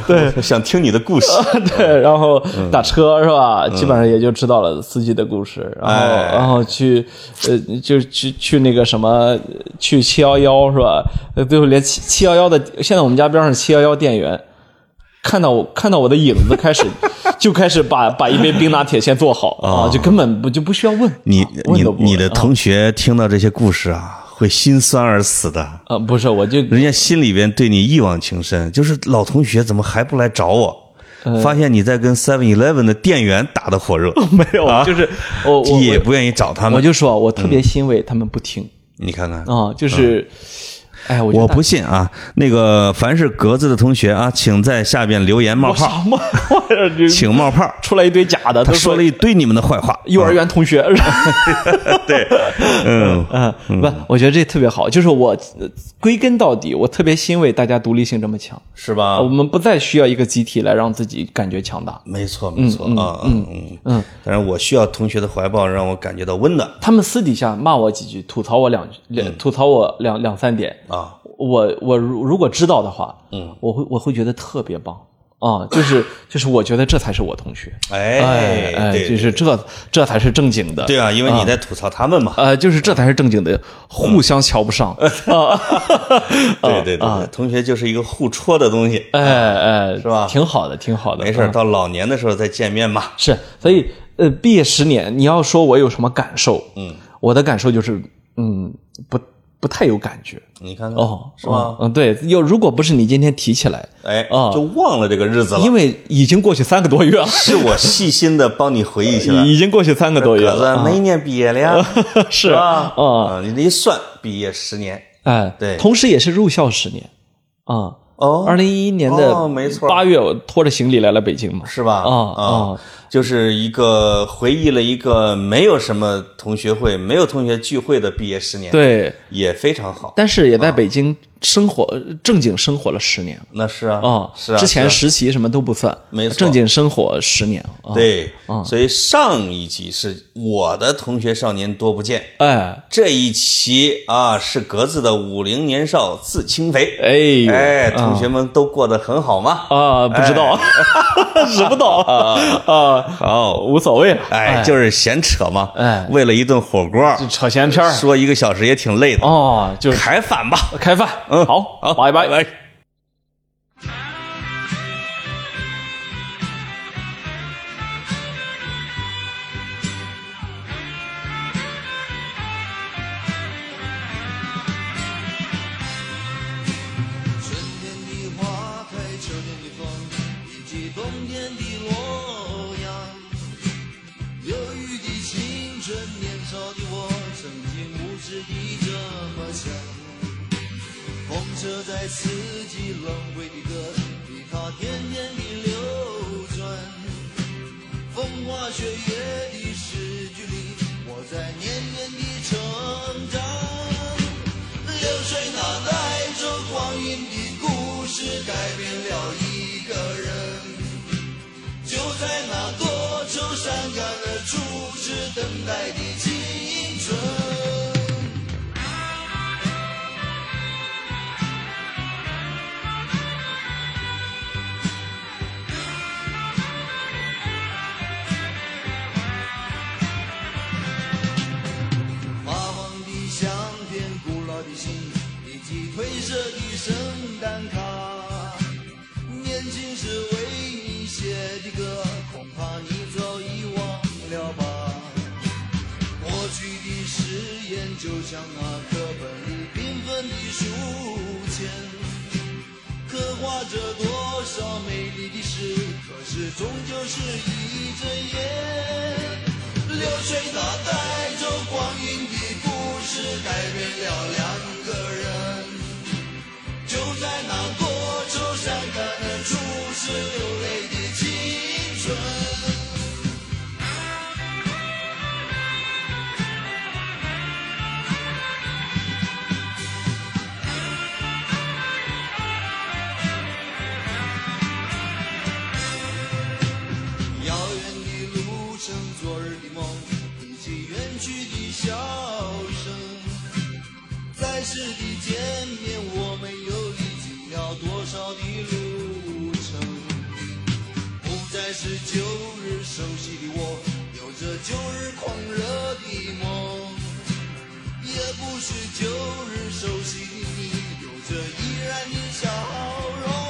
Speaker 2: 对， 想听你的故事。
Speaker 1: 对，然后打车是吧？基本上也就知道了司机的故事，然后
Speaker 2: 哎
Speaker 1: 然后去呃，就去去那个什么，去七幺幺是吧？呃，最后连七七幺幺的，现在我们家边上七幺幺店员。看到我看到我的影子，开始 就开始把把一杯冰拿铁先做好啊，就根本不就不需要问，
Speaker 2: 哦你
Speaker 1: 啊问都不问啊
Speaker 2: 同学听到这些故事啊，会心酸而死的。
Speaker 1: 啊不是我就
Speaker 2: 人家心里边对你一往情深，就是老同学怎么还不来找我？
Speaker 1: 呃
Speaker 2: 发现你在跟 Seven Eleven 的店员打得火热，
Speaker 1: 没有，
Speaker 2: 啊 嗯
Speaker 1: 就是我我
Speaker 2: 也不愿意找他
Speaker 1: 我我
Speaker 2: 们。
Speaker 1: 就说我特别欣慰他们不听
Speaker 2: 你看看，
Speaker 1: 啊，就是，哎呀，我觉得
Speaker 2: 嗯我不信啊！那个凡是格子的同学啊，请在下边留言冒
Speaker 1: 大
Speaker 2: 泡，
Speaker 1: 什么 玩意儿，这
Speaker 2: 请冒泡。
Speaker 1: 出来一堆假的，
Speaker 2: 他
Speaker 1: 都
Speaker 2: 说了一堆你们的坏话，
Speaker 1: 幼儿园同学，是吧
Speaker 2: 对，嗯，
Speaker 1: 嗯，不，我觉得这特别好，就是我呃归根到底，我特别欣慰大家独立性这么强，
Speaker 2: 是吧
Speaker 1: 我？们不再需要一个集体来让自己感觉强大。
Speaker 2: 哦没错，没错啊，嗯嗯嗯。当然，我需要同学的怀抱，让我感觉到温暖
Speaker 1: 他们私底下骂我几句，吐槽我两句，两吐槽我两两三点，
Speaker 2: 嗯啊。
Speaker 1: 我我如如果知道的话，嗯，我会我会觉得特别棒啊，就是就是我觉得这才是我同学，
Speaker 2: 哎
Speaker 1: 哎，
Speaker 2: 对，
Speaker 1: 就是这这才是正经的，
Speaker 2: 对啊，因为你在吐槽他们嘛。
Speaker 1: 呃，就是这才是正经的，互相瞧不上啊，
Speaker 2: 嗯 对对对，啊同学就是一个互戳的东西，
Speaker 1: 哎哎，是
Speaker 2: 吧
Speaker 1: 挺好的，挺好的，嗯
Speaker 2: 没事儿，到老年的时候再见面嘛。
Speaker 1: 是，所以呃，毕业十年，你要说我有什么感受，嗯，我的感受就是，嗯，不不太有感觉
Speaker 2: 你看看，
Speaker 1: 哦，
Speaker 2: 是吧？
Speaker 1: 嗯，对，要如果不是你今天提起来，
Speaker 2: 哎，
Speaker 1: 哦
Speaker 2: 就忘了这个日子了
Speaker 1: 因。为已经过去三个多月了，
Speaker 2: 是我细心的帮你回忆 起来，
Speaker 1: 已经过去三个多月
Speaker 2: 可
Speaker 1: 了，
Speaker 2: 是哪一年毕业了呀？
Speaker 1: 是
Speaker 2: 吧？
Speaker 1: 啊，
Speaker 2: 啊，你这一算，毕业十年
Speaker 1: 哎，
Speaker 2: 对
Speaker 1: 同时也是入校十年啊。
Speaker 2: 哦
Speaker 1: 二零一一年
Speaker 2: 哦
Speaker 1: 的
Speaker 2: 没错
Speaker 1: 八月，我拖着行李来了北京嘛。
Speaker 2: 是吧？
Speaker 1: 哦
Speaker 2: 啊
Speaker 1: 哦，
Speaker 2: 就是一个回忆了一个没有什么同学会、没有同学聚会的毕业十年，，
Speaker 1: 对，
Speaker 2: 也非常好。
Speaker 1: 但是也在北京生活，正经生活了十年了。
Speaker 2: 那啊是啊，
Speaker 1: 哦，
Speaker 2: 是啊，
Speaker 1: 之
Speaker 2: 是
Speaker 1: 前
Speaker 2: 啊
Speaker 1: 实习什么都不算，
Speaker 2: 没错
Speaker 1: 正经生活十年啊。，
Speaker 2: 对，所以上一集是我的同学少年多不见，
Speaker 1: 哎，
Speaker 2: 这一期啊是格子的五零年少自清肥。
Speaker 1: 哎呦
Speaker 2: 哎，同学们都过得很好吗？
Speaker 1: 啊，不知道，
Speaker 2: 哎
Speaker 1: 知不 到啊，
Speaker 2: 好，
Speaker 1: 无所谓了，
Speaker 2: 哎，就是闲扯嘛。
Speaker 1: 哎
Speaker 2: 为了一顿火锅，
Speaker 1: 扯闲篇儿
Speaker 2: 说一个小时也挺累的。
Speaker 1: 哦，就是
Speaker 2: 开饭吧，
Speaker 1: 开饭，
Speaker 2: 嗯
Speaker 1: 好，
Speaker 2: 好
Speaker 1: 拜拜。
Speaker 2: 拜拜
Speaker 4: 春天的花开，秋天的风，以及冬天的洛阳。忧郁的青春，年少的我，曾经无知地这么想。风车在四季轮回的歌，里它天天地流转。风花雪月的诗句里，我在年年地成长。流水它带走光阴的故事，改变了一个人。就在那多愁善感而初次等待的青春。发黄的相片，古老的信，以及褪色的圣诞卡。年轻时为你写的歌，恐怕你早已忘了吧。过去的誓言，就像那课本里缤纷的书签，刻画着多少美丽的诗，可是终究是一阵烟。流水它带走光阴的故事，改变了两个人。就在那多愁善感的初次流泪的青春。遥远的路程，昨日的梦，以及远去的笑声。在世的见面，我们又历经了多少的路程？不再是旧日熟悉的我，有着旧日狂热的梦，也不是旧日熟悉的你，有着依然的笑容。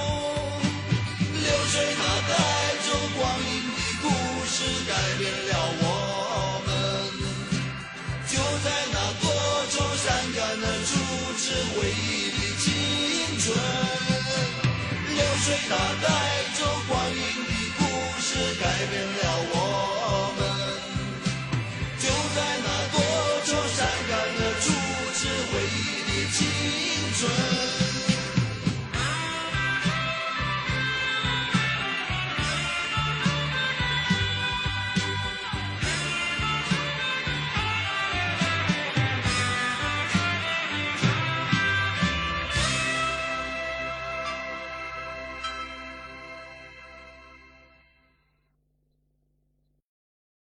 Speaker 4: 流水它带走光阴的故事，改变了我们。就在那多愁善感的初次回忆的青春，流水它带走光阴的变了